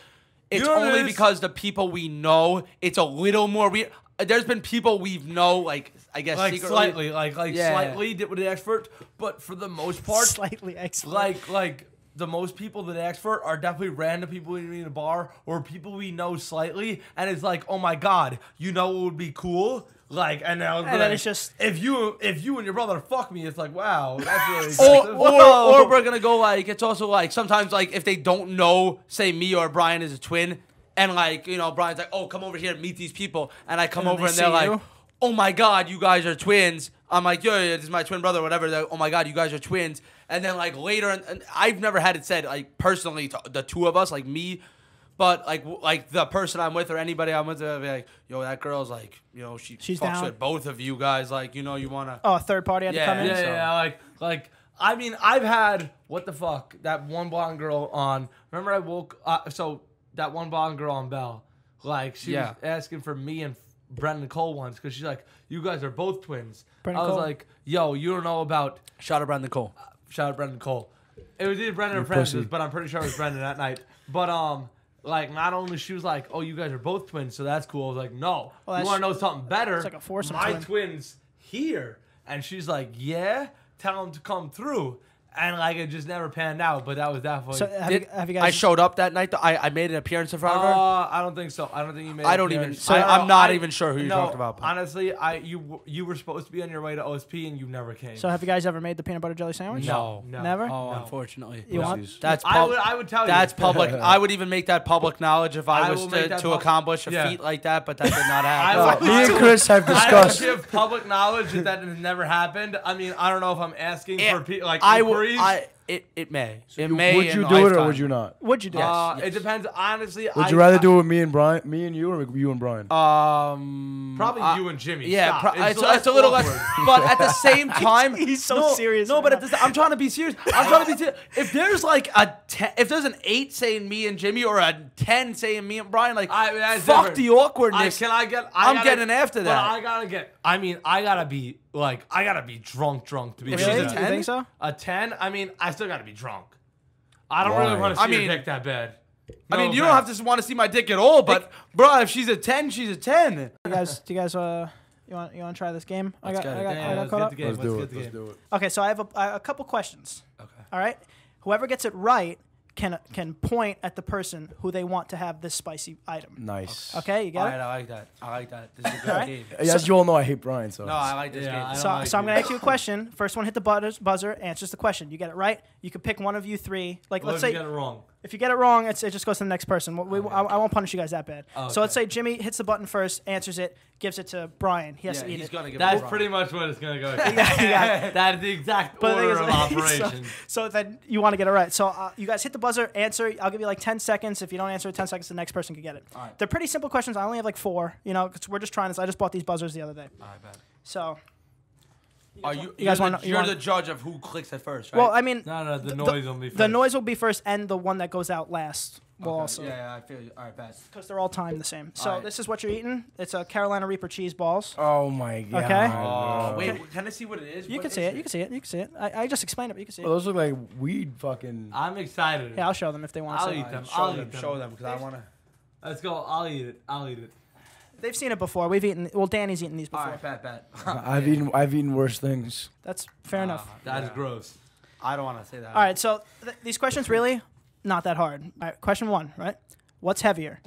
Speaker 1: it's
Speaker 2: know what it
Speaker 1: only
Speaker 2: is?
Speaker 1: because the people we know. It's a little more weird. There's been people we know, like I guess
Speaker 2: like
Speaker 1: secretly.
Speaker 2: slightly, like like
Speaker 1: Yeah.
Speaker 2: slightly did with the expert, but for the most part,
Speaker 4: slightly extra.
Speaker 2: like like the most people that ask for it are definitely random people we meet in a bar or people we know slightly, and it's like, oh my god, you know what would be cool. Like and now
Speaker 4: And then it's just-
Speaker 2: if you if you and your brother fuck me, it's like wow, that's really
Speaker 1: or,
Speaker 2: expensive.
Speaker 1: or, or we're gonna go like it's also like sometimes like if they don't know say me or Brian is a twin and like you know Brian's like oh come over here and meet these people and I come
Speaker 4: And then
Speaker 1: over
Speaker 4: they
Speaker 1: and they're
Speaker 4: see
Speaker 1: like
Speaker 4: you.
Speaker 1: oh my god you guys are twins I'm like yo yeah, this is my twin brother or whatever they're like, oh my god you guys are twins and then like later and, and I've never had it said like personally to the two of us like me. But like, w- like the person I'm with or anybody I'm with, they'll be like, "Yo, that girl's like, you know, she
Speaker 4: She's
Speaker 1: fucks
Speaker 4: down.
Speaker 1: with both of you guys. Like, you know, you wanna."
Speaker 4: oh, a third party had
Speaker 1: Yeah,
Speaker 4: to come in.
Speaker 2: yeah, yeah,
Speaker 1: so-
Speaker 2: yeah, like like I mean, I've had what the fuck that one blonde girl on. Remember, I woke uh, so that one blonde girl on Bell, like she
Speaker 1: Yeah.
Speaker 2: was asking for me and Brendan Cole once because she's like, "You guys are both twins."
Speaker 4: Brendan
Speaker 2: I was
Speaker 4: Cole.
Speaker 2: like, "Yo, you don't know about
Speaker 1: Shout out Brandon Cole.
Speaker 2: shout out Brendan Cole." It was either Brendan or Francis,
Speaker 3: pussy.
Speaker 2: but I'm pretty sure it was Brendan that night. But um. Like not only she was like, "Oh, you guys are both twins, so that's cool." I was like, "No,
Speaker 4: Well,
Speaker 2: you
Speaker 4: that's-
Speaker 2: want to know something better?"
Speaker 4: It's like a foursome
Speaker 2: My
Speaker 4: twin.
Speaker 2: twins here, and she's like, "Yeah, tell them to come through." and like it just never panned out. But that was definitely.
Speaker 4: So uh, have,
Speaker 1: Did-
Speaker 4: you, have you guys?
Speaker 1: I showed up that night. Though. I, I made an appearance in front of her.
Speaker 2: Uh, I don't think so. I don't think you made.
Speaker 1: I don't even- I- I'm not even sure who you
Speaker 2: no,
Speaker 1: talked about, but-
Speaker 2: Honestly, I you w- you were supposed to be on your way to OSP and you never came.
Speaker 4: so have you guys ever made the peanut butter jelly sandwich?
Speaker 1: No.
Speaker 2: no,
Speaker 4: Never?
Speaker 1: oh,
Speaker 2: no.
Speaker 1: unfortunately.
Speaker 4: You want-
Speaker 3: Pussies.
Speaker 1: That's
Speaker 2: I
Speaker 1: pub-
Speaker 2: would I would tell
Speaker 1: that's
Speaker 2: you
Speaker 1: public. I would even make that public knowledge if I,
Speaker 2: I
Speaker 1: was
Speaker 2: will make
Speaker 1: to,
Speaker 2: that
Speaker 1: to
Speaker 2: public-
Speaker 1: accomplish a
Speaker 2: Yeah.
Speaker 1: feat like that, but that did not happen.
Speaker 2: I
Speaker 3: Oh,
Speaker 2: would-
Speaker 3: me and Chris have
Speaker 2: I
Speaker 3: discussed.
Speaker 2: don't give public knowledge that that has never happened. I mean, I don't know if I'm asking
Speaker 1: It-
Speaker 2: for pe- like
Speaker 1: Eh, I would.
Speaker 2: inquiries.
Speaker 1: I it it may. It
Speaker 3: You-
Speaker 1: may.
Speaker 3: would
Speaker 1: in
Speaker 3: you
Speaker 1: a
Speaker 3: do it or
Speaker 1: lifetime.
Speaker 3: would you not?
Speaker 4: Would you do?
Speaker 2: uh,
Speaker 1: Yes, yes.
Speaker 2: It depends. Honestly,
Speaker 3: Would
Speaker 2: I,
Speaker 3: you rather
Speaker 2: I,
Speaker 3: do it with me and Brian, me and you, or you and Brian?
Speaker 1: Oh, Um,
Speaker 2: Probably
Speaker 1: I-
Speaker 2: you and Jimmy.
Speaker 1: Yeah,
Speaker 2: Stop.
Speaker 1: pro- it's,
Speaker 2: less
Speaker 1: it's a little
Speaker 2: awkward.
Speaker 1: less. But at the same time,
Speaker 4: he's so
Speaker 1: no,
Speaker 4: serious
Speaker 1: No,
Speaker 4: right
Speaker 1: but
Speaker 4: now.
Speaker 1: at the, I'm trying to be serious. I'm trying to be serious. If there's like a ten, if there's an eight saying me and Jimmy, or a ten saying me and Brian, like
Speaker 2: I- that's
Speaker 1: fuck
Speaker 2: different.
Speaker 1: the
Speaker 2: I,
Speaker 1: awkwardness.
Speaker 2: can I get? I
Speaker 1: I'm
Speaker 2: gotta-
Speaker 1: getting after
Speaker 2: but
Speaker 1: that.
Speaker 2: I gotta get. I mean, I gotta be like, I gotta be drunk, drunk to be.
Speaker 1: If
Speaker 2: able
Speaker 1: she's
Speaker 2: to do
Speaker 4: really?
Speaker 1: a
Speaker 2: that.
Speaker 4: Do you
Speaker 1: 10?
Speaker 4: think so?
Speaker 2: A ten? I mean, I still gotta be drunk. I don't
Speaker 3: Why?
Speaker 2: really want to see
Speaker 1: I
Speaker 2: your
Speaker 1: mean-
Speaker 2: dick that bad.
Speaker 1: I
Speaker 2: No
Speaker 1: mean, you don't have
Speaker 2: offense.
Speaker 1: to want to see my dick at all, but bro, if she's a ten, she's a ten.
Speaker 4: You guys, do you guys? Uh, you want you want to try this game? I got,
Speaker 1: go.
Speaker 4: I got,
Speaker 1: Yeah,
Speaker 4: I got
Speaker 2: let's
Speaker 4: caught
Speaker 2: get
Speaker 4: up.
Speaker 2: the game.
Speaker 3: Let's
Speaker 2: let's
Speaker 3: do
Speaker 2: get
Speaker 3: it.
Speaker 2: the
Speaker 3: Let's
Speaker 2: game.
Speaker 3: do it.
Speaker 4: Okay, so I have a, a couple questions. Okay. All right. Whoever gets it right can can point at the person who they want to have this spicy item.
Speaker 3: Nice.
Speaker 4: Okay, you
Speaker 1: All
Speaker 4: got
Speaker 1: right,
Speaker 4: it.
Speaker 1: I like that. I like that. This is a good
Speaker 4: Alright.
Speaker 1: game.
Speaker 3: As you all know, I hate Brian, so
Speaker 1: No, I like this
Speaker 2: Yeah, I
Speaker 1: game.
Speaker 2: don't
Speaker 4: So,
Speaker 2: like
Speaker 4: so I'm
Speaker 2: it.
Speaker 4: gonna ask you a question. First one hit the buzzers, buzzer answers the question. You get it right, you can pick one of you three. Like
Speaker 2: What
Speaker 4: let's
Speaker 2: if you
Speaker 4: say
Speaker 2: get it wrong?
Speaker 4: if you get it wrong, it's, it just goes to the next person. We, we- I, I won't punish you guys that bad. So let's say Jimmy hits the button first, answers it, gives it to Brian. He has
Speaker 1: Yeah,
Speaker 4: to eat
Speaker 1: he's
Speaker 4: it.
Speaker 1: gonna get
Speaker 2: That's
Speaker 1: wrong.
Speaker 2: pretty much what it's gonna go.
Speaker 4: got
Speaker 2: That's the exact
Speaker 4: But the thing
Speaker 2: order of
Speaker 4: is-
Speaker 2: operation.
Speaker 4: So, so then you want to get it right. So uh, you guys hit the buzzer, answer. I'll give you like 10 seconds. If you don't answer in 10 seconds, the next person can get it.
Speaker 1: right.
Speaker 4: They're pretty simple questions. I only have like four, you know, because we're just trying this. I just bought these buzzers the other day. So,
Speaker 1: Are you?
Speaker 4: You guys
Speaker 1: you're
Speaker 4: wanna-
Speaker 1: the,
Speaker 4: you
Speaker 1: you're
Speaker 4: wanna-
Speaker 1: the judge of who clicks at first, right?
Speaker 4: well, I mean,
Speaker 2: No, no, the
Speaker 4: th-
Speaker 2: noise will be
Speaker 4: The
Speaker 2: first.
Speaker 4: noise will be first, and the one that goes out last will
Speaker 1: Okay,
Speaker 4: also.
Speaker 1: Yeah, yeah, I feel you. All right, pass.
Speaker 4: Because they're all timed the same. So
Speaker 1: Alright.
Speaker 4: this is what you're eating. It's a Carolina Reaper cheese balls.
Speaker 3: Oh my god.
Speaker 4: Okay.
Speaker 1: Oh,
Speaker 3: bro.
Speaker 1: wait, can I see what it is?
Speaker 4: You
Speaker 1: What
Speaker 4: can
Speaker 1: is
Speaker 4: see it. You can see it. You can see it. I, I just explained it, but you can see
Speaker 3: Well,
Speaker 4: it.
Speaker 3: those look like weed fucking.
Speaker 2: I'm excited.
Speaker 4: Yeah, I'll show them if they want to
Speaker 2: I'll
Speaker 4: see.
Speaker 2: eat
Speaker 4: it.
Speaker 1: All
Speaker 2: them.
Speaker 1: right, Show
Speaker 2: I'll eat
Speaker 1: them,
Speaker 2: them.
Speaker 1: show them, because I want to.
Speaker 2: Let's go. I'll eat it. I'll eat it.
Speaker 4: They've seen it before. We've eaten. Well, Danny's eaten these
Speaker 1: All
Speaker 4: before.
Speaker 1: right, bet, bet.
Speaker 3: I've eaten. I've eaten worse things.
Speaker 4: That's
Speaker 1: Uh-huh.
Speaker 4: fair enough.
Speaker 2: That's
Speaker 1: Yeah.
Speaker 2: gross.
Speaker 1: I don't want to say that.
Speaker 4: All right, so th- these questions really not that hard. All right, question one, right? What's heavier?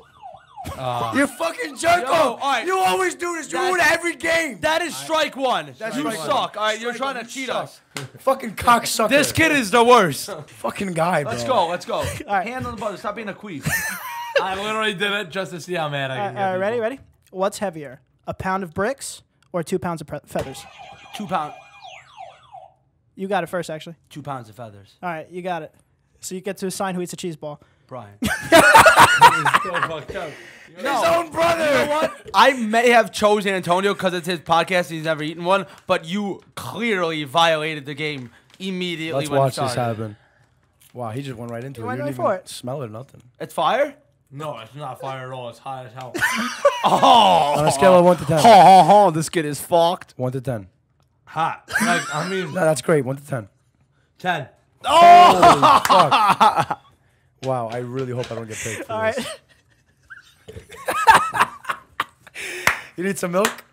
Speaker 3: You fucking jerk
Speaker 1: Ah. Yo, all right.
Speaker 3: You always do this. You ruin every game.
Speaker 1: That is strike one. you
Speaker 3: strike one.
Speaker 1: suck. All right, you're
Speaker 3: Strike
Speaker 1: trying
Speaker 3: one,
Speaker 1: to
Speaker 3: you
Speaker 1: cheat
Speaker 3: suck.
Speaker 1: us.
Speaker 3: Fucking cocksucker.
Speaker 1: This kid is the worst.
Speaker 3: fucking guy, bro.
Speaker 1: Let's go. Let's go.
Speaker 4: right.
Speaker 1: Hand on the buzzer. Stop being a queef.
Speaker 2: I literally did it just to see how mad I can
Speaker 4: All right,
Speaker 2: get.
Speaker 4: all right, Uh, ready,
Speaker 2: people.
Speaker 4: ready? What's heavier, a pound of bricks or two pounds of pre- feathers?
Speaker 1: Two pound,
Speaker 4: You got it first, actually.
Speaker 1: two pounds of feathers,
Speaker 4: All right, you got it. So you get to assign who eats a cheese ball.
Speaker 1: Brian.
Speaker 2: It's so fucked up.
Speaker 3: His own brother.
Speaker 1: I may have chosen Antonio because it's his podcast and he's never eaten one, but you clearly violated the game immediately.
Speaker 3: Let's
Speaker 1: when it
Speaker 3: watch this
Speaker 1: started.
Speaker 3: happen. Wow, he just went right into it.
Speaker 4: went
Speaker 3: you
Speaker 4: right
Speaker 3: didn't
Speaker 4: for
Speaker 3: even
Speaker 4: it.
Speaker 3: smell it or nothing.
Speaker 1: It's fire.
Speaker 2: No, it's not fire at all. It's hot as hell.
Speaker 1: Oh,
Speaker 3: On a scale of one to ten.
Speaker 1: oh,
Speaker 3: Uh-huh,
Speaker 1: oh, this kid is fucked.
Speaker 3: One to ten.
Speaker 2: hot. Like I mean,
Speaker 3: No, that's great. One to ten.
Speaker 2: ten.
Speaker 3: Wow, I really hope I don't get paid for
Speaker 4: All
Speaker 3: this.
Speaker 4: right,
Speaker 3: You need some milk?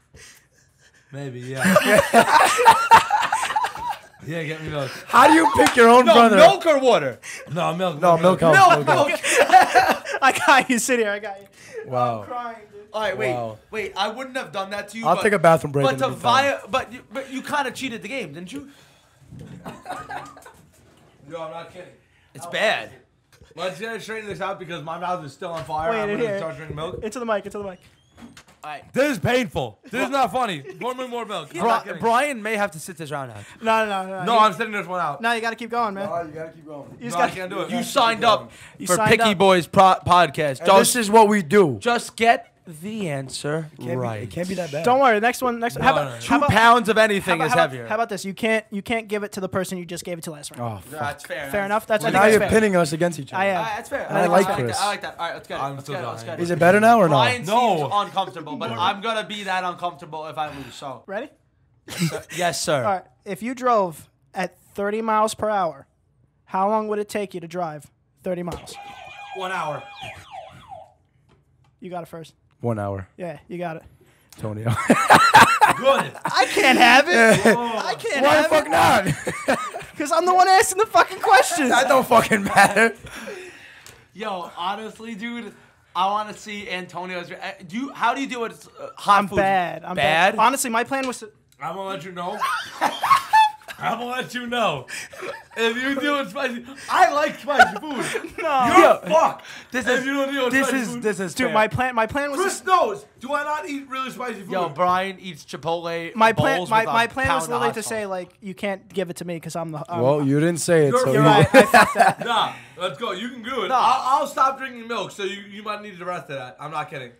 Speaker 2: Maybe, yeah. yeah, get me milk.
Speaker 3: How do you pick your own
Speaker 1: No,
Speaker 3: brother?
Speaker 1: milk or water?
Speaker 2: No, milk.
Speaker 3: No, milk helps.
Speaker 1: No,
Speaker 3: milk helps.
Speaker 1: milk.
Speaker 4: I got you. Sit here. I got you.
Speaker 3: Wow.
Speaker 4: Crying, dude.
Speaker 1: All right, wait,
Speaker 3: Wow.
Speaker 1: wait. I wouldn't have done that to you.
Speaker 3: I'll
Speaker 1: but,
Speaker 3: take a bathroom break.
Speaker 1: But
Speaker 3: in
Speaker 1: to
Speaker 3: the meantime.
Speaker 1: via, but you, but you kind of cheated the game, didn't you?
Speaker 2: No, I'm not kidding.
Speaker 1: It's bad.
Speaker 2: Let's just straighten this out because my mouth is still on fire.
Speaker 4: Wait,
Speaker 2: I'm
Speaker 4: in
Speaker 2: gonna
Speaker 4: here.
Speaker 2: start drinking milk.
Speaker 4: Into the mic. Into the mic.
Speaker 1: All right.
Speaker 2: This is painful. This is not funny. Pour me more milk. I'm not kidding.
Speaker 1: Brian may have to sit this round out.
Speaker 4: No, no, no.
Speaker 2: no,
Speaker 4: you,
Speaker 2: I'm sitting this one out.
Speaker 4: no. You got to keep going, man.
Speaker 3: Oh, you gotta keep going.
Speaker 2: No,
Speaker 4: you just
Speaker 2: I
Speaker 4: got.
Speaker 2: can't do it.
Speaker 1: You signed up
Speaker 4: You
Speaker 1: for
Speaker 4: signed
Speaker 1: Picky
Speaker 4: up.
Speaker 1: Boys pro- podcast.
Speaker 3: And
Speaker 1: Don't
Speaker 3: this is what we do.
Speaker 1: just get the answer
Speaker 3: Can't be-
Speaker 1: right.
Speaker 3: it can't be that bad.
Speaker 4: Don't worry. Next one. Next. one. How
Speaker 2: No,
Speaker 4: about
Speaker 2: no, no.
Speaker 1: Two
Speaker 4: how about,
Speaker 1: pounds of anything
Speaker 4: how
Speaker 1: is
Speaker 4: about-
Speaker 1: heavier.
Speaker 4: How about this? You can't. You can't give it to the person you just gave it to last round.
Speaker 3: Oh,
Speaker 1: Yeah,
Speaker 3: fuck.
Speaker 1: fair.
Speaker 4: Fair enough. That's. I
Speaker 3: Now
Speaker 4: think
Speaker 3: you're
Speaker 4: that's fair.
Speaker 3: pitting us against each other.
Speaker 4: I am.
Speaker 1: All right, that's fair.
Speaker 3: And I like
Speaker 1: that.
Speaker 3: Chris.
Speaker 1: I like that. All right, let's get it.
Speaker 2: I'm
Speaker 1: let's
Speaker 2: still
Speaker 1: get it.
Speaker 2: dying.
Speaker 1: Let's get
Speaker 3: Is
Speaker 1: it.
Speaker 3: it better now or not?
Speaker 1: Brian
Speaker 2: No.
Speaker 1: seems uncomfortable, but I'm gonna be that uncomfortable if I'm lose. So
Speaker 4: Ready?
Speaker 1: yes, sir.
Speaker 4: All right. If you drove at 30 miles per hour, how long would it take you to drive 30 miles?
Speaker 2: One hour.
Speaker 4: You got it first.
Speaker 3: One hour.
Speaker 4: Yeah, you got it.
Speaker 3: Tonio.
Speaker 2: Good.
Speaker 4: I can't have it. I can't
Speaker 3: Why the
Speaker 4: have
Speaker 3: fuck
Speaker 4: it
Speaker 3: not?
Speaker 4: because I'm the one asking the fucking questions.
Speaker 3: that don't fucking matter.
Speaker 1: Yo, honestly, dude, I want to see Antonio's. uh, Do you? How do you do it? It's, uh, hot
Speaker 4: I'm
Speaker 1: food.
Speaker 4: bad. I'm
Speaker 2: Bad?
Speaker 4: bad. Honestly, my plan was to.
Speaker 2: I'm gonna let you know. I'm gonna let you know. If you do it spicy, I like spicy food.
Speaker 4: No.
Speaker 2: You're fucked. This if
Speaker 1: is-
Speaker 2: you don't deal with
Speaker 1: This
Speaker 2: spicy
Speaker 1: is
Speaker 2: food.
Speaker 1: this is
Speaker 4: Dude,
Speaker 1: fair.
Speaker 4: my plan. My plan was.
Speaker 2: Chris knows. Do I not eat really spicy food?
Speaker 1: Yo, Brian eats Chipotle.
Speaker 4: my plan.
Speaker 1: bowls
Speaker 4: My,
Speaker 1: with a
Speaker 4: my plan
Speaker 1: pound
Speaker 4: was
Speaker 1: of
Speaker 4: literally
Speaker 1: hot
Speaker 4: to
Speaker 1: sauce.
Speaker 4: say like you can't give it to me because I'm the. I'm,
Speaker 3: Well, you didn't say it,
Speaker 2: You're-
Speaker 3: so
Speaker 2: you're
Speaker 3: you-
Speaker 2: right.
Speaker 4: I, I fucked that.
Speaker 2: nah, let's go. You can do it.
Speaker 1: Nah.
Speaker 2: I'll, I'll stop drinking milk, so you, you might need the rest of that. I'm not kidding.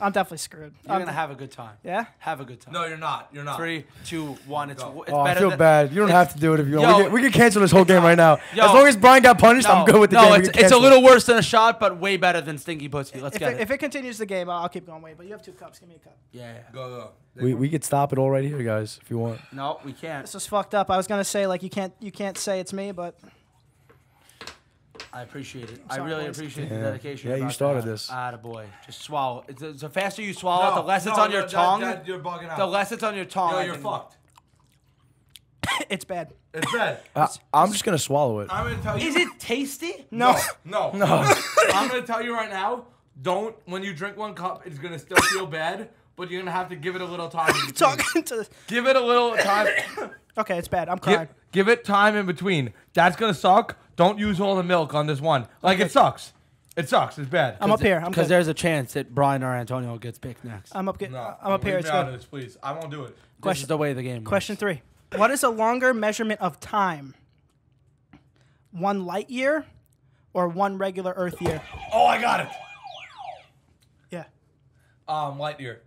Speaker 4: I'm definitely screwed.
Speaker 1: You're
Speaker 4: I'm
Speaker 1: gonna have a good time.
Speaker 4: yeah.
Speaker 1: Have a good time.
Speaker 2: No, you're not. You're not.
Speaker 1: Three, two, one. It's,
Speaker 2: Go.
Speaker 1: it's
Speaker 3: Oh, I
Speaker 1: better
Speaker 3: feel
Speaker 1: than-
Speaker 3: bad. You don't
Speaker 1: it's-
Speaker 3: have to do it if you want.
Speaker 1: Yo.
Speaker 3: we, can, we can cancel this whole game right now.
Speaker 1: Yo.
Speaker 3: As long as Brian got punished, I'm good with the
Speaker 1: no,
Speaker 3: game. We
Speaker 1: it's,
Speaker 3: can
Speaker 1: it's a
Speaker 3: cancel it.
Speaker 1: little worse than a shot, but way better than stinky pussy. Let's
Speaker 4: If
Speaker 1: get
Speaker 4: it,
Speaker 1: it.
Speaker 4: if it continues the game, I'll I'll keep going. Wait, but you have two cups. Give me a cup.
Speaker 1: yeah, yeah.
Speaker 2: Go, go.
Speaker 3: We, we could stop it all right here, guys, if you want.
Speaker 1: No, we can't.
Speaker 4: This was fucked up. I was gonna say like you can't you can't say it's me, but
Speaker 1: I appreciate it. I
Speaker 4: sorry,
Speaker 1: really
Speaker 4: boys.
Speaker 1: appreciate the
Speaker 3: Yeah.
Speaker 1: dedication.
Speaker 3: Yeah, you
Speaker 1: about
Speaker 3: started
Speaker 1: that.
Speaker 3: this.
Speaker 1: Atta boy. Just swallow. It's, it's the faster you swallow
Speaker 2: No,
Speaker 1: it, Oh, the less it's
Speaker 2: no,
Speaker 1: on your
Speaker 2: no, that-
Speaker 1: tongue.
Speaker 2: that- you're bugging out.
Speaker 1: the less it's on your tongue.
Speaker 2: Yo,
Speaker 1: I
Speaker 2: you're
Speaker 1: think.
Speaker 2: fucked.
Speaker 4: it's bad.
Speaker 2: It's bad.
Speaker 3: I, I'm just going to swallow it.
Speaker 2: I'm gonna tell you.
Speaker 1: Is it tasty?
Speaker 4: No.
Speaker 2: No.
Speaker 3: No.
Speaker 2: I'm gonna tell you right now. Don't. When you drink one cup, it's gonna still feel bad, but you're gonna have to give it a little time. in between.
Speaker 4: Talking to.
Speaker 2: Give it a little time.
Speaker 4: Okay, it's bad. I'm
Speaker 2: give,
Speaker 4: crying.
Speaker 2: give it time in between. That's gonna suck. Don't use all the milk on this one. Like it sucks. It sucks. It's bad.
Speaker 4: I'm up here. I'm
Speaker 1: Because
Speaker 4: good.
Speaker 1: there's a chance that Brian or Antonio gets picked next.
Speaker 3: Um,
Speaker 4: I'm up. Get,
Speaker 2: No,
Speaker 4: I'm up
Speaker 2: uh,
Speaker 4: here.
Speaker 2: leave
Speaker 4: It's
Speaker 2: me out of
Speaker 4: good.
Speaker 2: this, please. I won't do it.
Speaker 1: This is
Speaker 4: Question.
Speaker 1: the way the game works.
Speaker 4: Question three. What is a longer measurement of time? One light year, or one regular Earth year?
Speaker 2: Oh, I got it.
Speaker 4: Yeah.
Speaker 2: Um, Lightyear.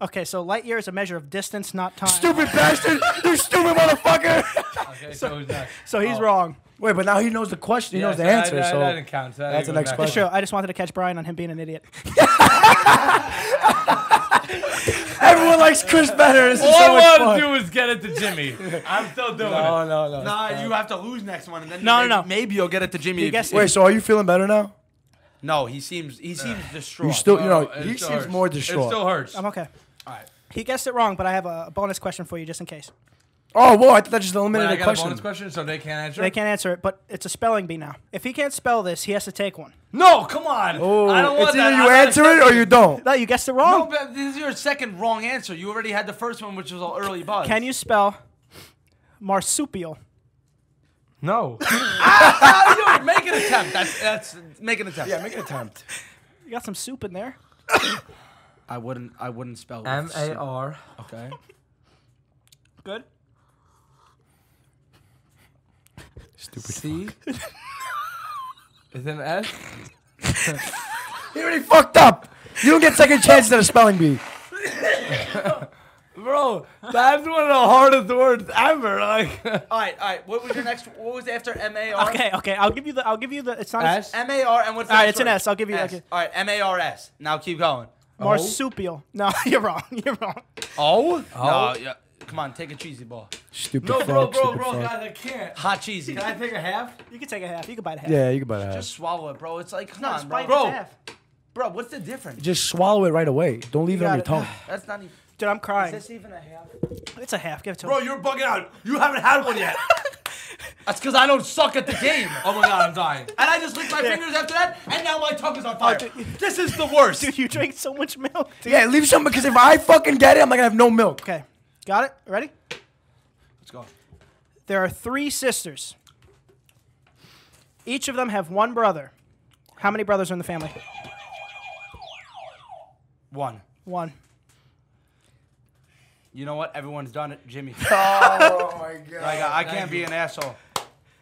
Speaker 4: Okay, so light year is a measure of distance, not time.
Speaker 3: Stupid bastard! You stupid motherfucker!
Speaker 2: Okay, so, who's next?
Speaker 4: So he's
Speaker 2: Oh.
Speaker 4: wrong.
Speaker 3: Wait, but now he knows the question. He
Speaker 2: Yeah,
Speaker 3: knows the
Speaker 2: so that-
Speaker 3: answer.
Speaker 2: that-
Speaker 3: so
Speaker 2: that didn't count, so that
Speaker 3: that's the
Speaker 2: didn't
Speaker 3: next
Speaker 2: go back.
Speaker 4: It's
Speaker 3: question.
Speaker 4: true. I just wanted to catch Brian on him being an idiot.
Speaker 3: Everyone likes Chris better. This is
Speaker 2: All
Speaker 3: so much
Speaker 2: I
Speaker 3: fun.
Speaker 2: want to do is get it to Jimmy. I'm still doing
Speaker 3: No,
Speaker 2: it. Uh,
Speaker 3: no, no.
Speaker 1: Nah, you have to lose next one, and then
Speaker 4: No,
Speaker 1: maybe,
Speaker 4: no, no.
Speaker 1: Maybe you'll get it to Jimmy. if
Speaker 4: guessed
Speaker 1: you-
Speaker 4: it.
Speaker 3: Wait, so are you feeling better now?
Speaker 1: No, he seems he seems distraught.
Speaker 3: You still, you know,
Speaker 2: Oh, it
Speaker 3: he
Speaker 2: still
Speaker 3: seems
Speaker 2: hurts.
Speaker 3: more
Speaker 2: It still
Speaker 3: distraught.
Speaker 2: hurts.
Speaker 4: I'm okay.
Speaker 2: All right.
Speaker 4: He guessed it wrong, but I have a bonus question for you just in case.
Speaker 3: Oh, whoa! I thought that just
Speaker 2: Wait,
Speaker 3: eliminated
Speaker 2: I
Speaker 3: the
Speaker 2: got a
Speaker 3: question.
Speaker 2: bonus question, so they can't answer.
Speaker 4: They can't answer it, but it's a spelling bee now. If he can't spell this, he has to take one.
Speaker 2: No, come on.
Speaker 3: Oh,
Speaker 2: I don't want
Speaker 3: it's
Speaker 2: that.
Speaker 3: either you
Speaker 2: I'm not
Speaker 3: answer it or you don't.
Speaker 4: No, you guessed it
Speaker 1: No,
Speaker 4: wrong.
Speaker 1: but this is your second wrong answer. You already had the first one, which was all early buzz.
Speaker 4: Can you spell marsupial?
Speaker 2: No.
Speaker 1: Yo, make an attempt? That's that's make an attempt.
Speaker 3: Yeah, make an attempt.
Speaker 4: You got some soup in there.
Speaker 1: I wouldn't. I wouldn't spell. with
Speaker 2: M A
Speaker 1: soup,
Speaker 2: R.
Speaker 1: Okay.
Speaker 4: Good.
Speaker 1: C.
Speaker 2: Is it an S?
Speaker 3: He already fucked up. You don't get second chances at a spelling bee.
Speaker 2: Bro, that's one of the hardest words ever. Like
Speaker 1: All right. All right. What was your next? What was after M A R?
Speaker 4: Okay, okay. I'll give you the. I'll give you the. It's not
Speaker 2: S?
Speaker 1: M A R and what's? the
Speaker 4: All right,
Speaker 1: next
Speaker 4: it's an
Speaker 1: word?
Speaker 4: S. I'll give you-
Speaker 1: S.
Speaker 4: okay.
Speaker 1: All right. M A R S. Now keep going.
Speaker 4: marsupial. No, you're wrong. You're wrong.
Speaker 1: Oh. No. Yeah. Come on. Take a cheesy ball.
Speaker 3: Stupid
Speaker 2: No,
Speaker 3: fuck.
Speaker 2: bro, bro,
Speaker 3: stupid
Speaker 2: bro,
Speaker 3: fuck.
Speaker 2: guys, I can't.
Speaker 1: Hot cheesy.
Speaker 2: Can I take a half?
Speaker 4: You can take a half. You can bite a half.
Speaker 3: Yeah, you can buy that.
Speaker 1: Just swallow it, bro. It's like, come
Speaker 4: No,
Speaker 1: on,
Speaker 4: just
Speaker 1: bro.
Speaker 4: bite
Speaker 1: bro.
Speaker 4: it in half.
Speaker 1: Bro, what's the difference?
Speaker 3: Just swallow it right away. Don't leave it
Speaker 4: got
Speaker 3: on your
Speaker 4: it.
Speaker 3: tongue.
Speaker 1: That's not even.
Speaker 4: Dude, I'm crying.
Speaker 1: Is this even a half?
Speaker 4: It's a half. Give it to
Speaker 2: Bro,
Speaker 4: him.
Speaker 2: you're bugging out. You haven't had one yet.
Speaker 1: That's because I don't suck at the game.
Speaker 2: oh my god, I'm dying.
Speaker 1: And I just licked my fingers after that, and now my tongue is on fire.
Speaker 4: dude.
Speaker 1: this is the worst.
Speaker 4: Dude, you drink so much milk. Dude.
Speaker 3: Yeah, leave some because if I fucking get it, I'm not gonna have no milk.
Speaker 4: Okay, got it. Ready?
Speaker 1: Let's go.
Speaker 4: There are three sisters. Each of them have one brother. How many brothers are in the family?
Speaker 1: One.
Speaker 4: One.
Speaker 1: You know what? Everyone's done it, Jimmy.
Speaker 3: Oh my god.
Speaker 1: Like, I, I can't be an asshole.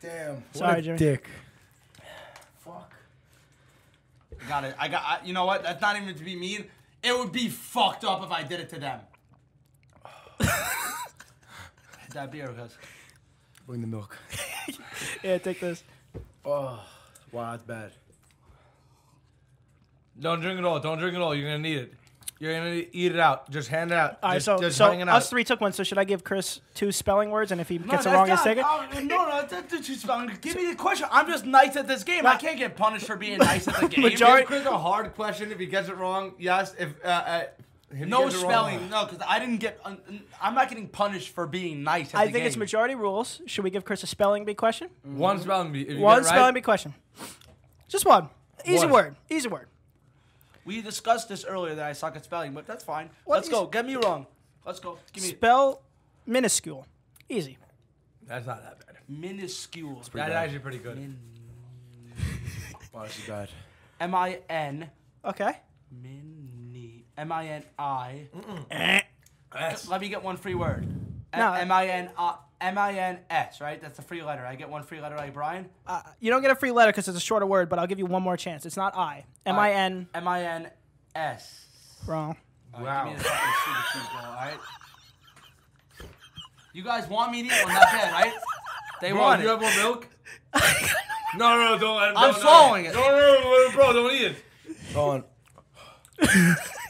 Speaker 3: Damn.
Speaker 4: Sorry, Jimmy.
Speaker 3: Dick.
Speaker 1: Got it. I got. I, you know what? That's not even to be mean. It would be fucked up if I did it to them. Hit that beer, cuz.
Speaker 3: Bring the milk.
Speaker 4: Yeah, take this.
Speaker 3: Oh, wow, that's bad.
Speaker 2: Don't drink it all. Don't drink it all. You're gonna need it. You're gonna eat it out. Just hand it out.
Speaker 4: All right,
Speaker 2: just,
Speaker 4: so,
Speaker 2: just
Speaker 4: so
Speaker 2: hanging out.
Speaker 4: us three took one. So should I give Chris two spelling words, and if he gets it
Speaker 1: that's
Speaker 4: wrong, he's
Speaker 1: not-
Speaker 4: taken?
Speaker 1: oh, no, no, that's that's just wrong. Give me the question. I'm just nice at this game. I can't get punished for being nice at the game.
Speaker 2: Give
Speaker 4: Majority-
Speaker 2: Chris a hard question. If he gets it wrong, yes. If uh, uh, Him
Speaker 1: No
Speaker 2: you guys are wrong.
Speaker 1: spelling. No, because I didn't get. I'm not getting punished for being nice. At
Speaker 4: I
Speaker 1: the
Speaker 4: think it's
Speaker 1: game.
Speaker 4: majority rules. Should we give Chris a spelling bee question?
Speaker 2: One spelling bee. If you
Speaker 4: One
Speaker 2: get it right,
Speaker 4: spelling bee question. Just one. Easy
Speaker 2: One.
Speaker 4: word. Easy word.
Speaker 1: We discussed this earlier that I suck at spelling, but that's fine.
Speaker 4: What
Speaker 1: Let's
Speaker 4: is-
Speaker 1: go. Get me wrong. Let's go. Give me
Speaker 4: Spell minuscule. Easy.
Speaker 2: That's not that bad.
Speaker 1: minuscule.
Speaker 2: That's
Speaker 3: bad.
Speaker 2: actually pretty good.
Speaker 3: Wow, she's bad.
Speaker 1: M I N
Speaker 4: Okay.
Speaker 1: mini M I N I.
Speaker 2: Eh. Yes.
Speaker 1: Let me get one free word.
Speaker 4: No.
Speaker 1: M I N M I N S. Right. That's the free letter. I get one free letter, like Brian.
Speaker 4: Uh, you don't get a free letter because it's a shorter word, but I'll give you one more chance. It's not I. M I N.
Speaker 1: M I N S.
Speaker 4: Wrong.
Speaker 1: Wow. You guys want me to eat one? Not bad, right? They
Speaker 2: Bro,
Speaker 1: want
Speaker 2: do
Speaker 1: it.
Speaker 2: you have more milk? no, no, don't. let him-
Speaker 1: I'm
Speaker 2: don't,
Speaker 1: swallowing
Speaker 2: no.
Speaker 1: it.
Speaker 2: No, no, no, bro, don't eat it.
Speaker 3: Go on.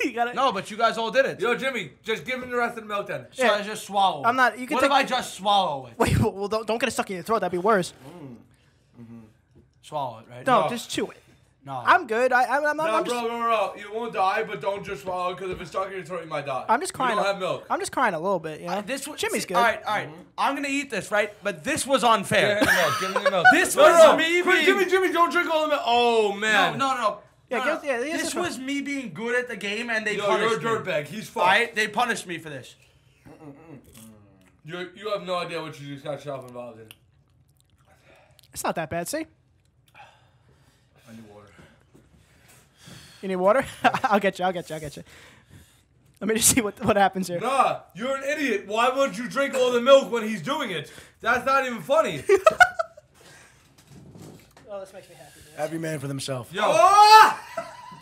Speaker 4: you got it.
Speaker 1: No, but you guys all did it.
Speaker 2: Yo, Jimmy, just give him the rest of the milk then.
Speaker 1: So
Speaker 4: Yeah.
Speaker 1: I just swallow.
Speaker 4: I'm not- you can
Speaker 1: what if
Speaker 4: take-
Speaker 1: I just swallow it?
Speaker 4: Wait. Well, well, don't, don't get it stuck in your throat. That'd be worse.
Speaker 1: Swallow it, right?
Speaker 4: No,
Speaker 2: No.
Speaker 4: just chew it.
Speaker 1: No.
Speaker 4: I'm good. I, I'm, I'm,
Speaker 2: No,
Speaker 4: I'm
Speaker 2: bro,
Speaker 4: just.
Speaker 2: bro, bro, you won't die, but don't just swallow because if it's stuck in your throat, you might die.
Speaker 4: I'm just crying.
Speaker 2: You don't
Speaker 4: a-
Speaker 2: have milk.
Speaker 4: I'm just crying a little bit. You know?
Speaker 1: This was,
Speaker 4: Jimmy's
Speaker 1: see,
Speaker 4: good.
Speaker 1: All right, all right. I'm gonna eat this, right? But this was
Speaker 2: Give him
Speaker 1: unfair.
Speaker 2: the milk. Give him the milk.
Speaker 1: This
Speaker 2: No,
Speaker 1: was
Speaker 2: no,
Speaker 1: me
Speaker 2: quick,
Speaker 1: being-
Speaker 2: Jimmy, Jimmy, don't drink all the milk. Oh
Speaker 1: no,
Speaker 2: man.
Speaker 1: no, no.
Speaker 4: Yeah,
Speaker 1: no,
Speaker 4: give-
Speaker 1: no.
Speaker 4: yeah, yeah, that's
Speaker 1: this
Speaker 4: fine.
Speaker 1: was me being good at the game, and they
Speaker 2: Yo, you're a
Speaker 1: punished me.
Speaker 2: dirtbag. He's
Speaker 1: All
Speaker 2: fucked.
Speaker 1: right, they punished me for this.
Speaker 2: You you have no idea what you just got yourself involved in.
Speaker 4: It's not that bad. See.
Speaker 2: I need water.
Speaker 4: You need water? I'll get you. I'll get you. I'll get you. Let me just see what what happens here.
Speaker 2: Nah, you're an idiot. Why won't you drink all the milk when he's doing it? That's not even funny. Yo,
Speaker 4: Oh, this makes me happy.
Speaker 3: Every man for themselves.
Speaker 2: Ah!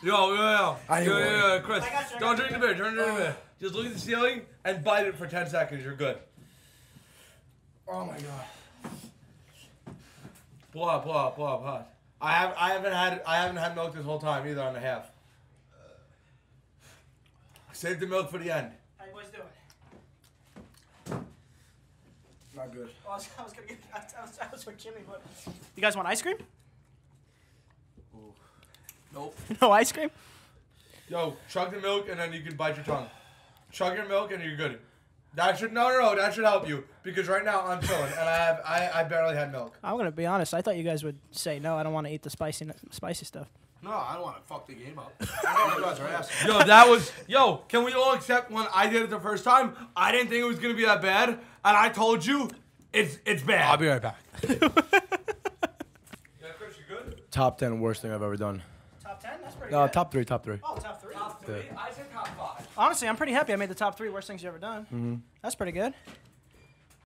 Speaker 2: yo, yo, yo,
Speaker 3: I need
Speaker 2: yo, yo,
Speaker 3: water.
Speaker 2: yo, Chris,
Speaker 4: I got you, I
Speaker 2: don't
Speaker 4: got
Speaker 2: drink
Speaker 4: you. Oh.
Speaker 2: the beer. Don't drink the beer. Just look at the ceiling and bite it for ten seconds. You're good.
Speaker 3: Oh my god.
Speaker 2: Pull out, pull out, pull out, pull out. I have I haven't had I haven't had milk this whole time either on the half. Save the milk for the end.
Speaker 4: I was doing.
Speaker 3: Not good.
Speaker 4: Oh, I was, I was gonna get. I was, I was for Jimmy, but. You guys want ice cream?
Speaker 1: Nope.
Speaker 4: No ice cream.
Speaker 2: Yo, chug the milk and then you can bite your tongue. Chug your milk and you're good. That should no no no that should help you because right now I'm chilling and I have I, I barely had milk.
Speaker 4: I'm gonna be honest. I thought you guys would say no. I don't want to eat the spicy spicy stuff.
Speaker 1: No, I don't want to fuck the game up.
Speaker 2: Yo, that was yo. Can we all accept when I did it the first time? I didn't think it was gonna be that bad, and I told you, it's it's bad.
Speaker 1: I'll be right back.
Speaker 2: Yeah, Chris, you good?
Speaker 3: Top ten worst thing I've ever done.
Speaker 4: Top ten. That's pretty.
Speaker 3: No, top three, top three.
Speaker 4: Oh, top three.
Speaker 3: three.
Speaker 2: I said top five.
Speaker 4: Honestly, I'm pretty happy. I made the top three worst things you ever done. That's pretty good.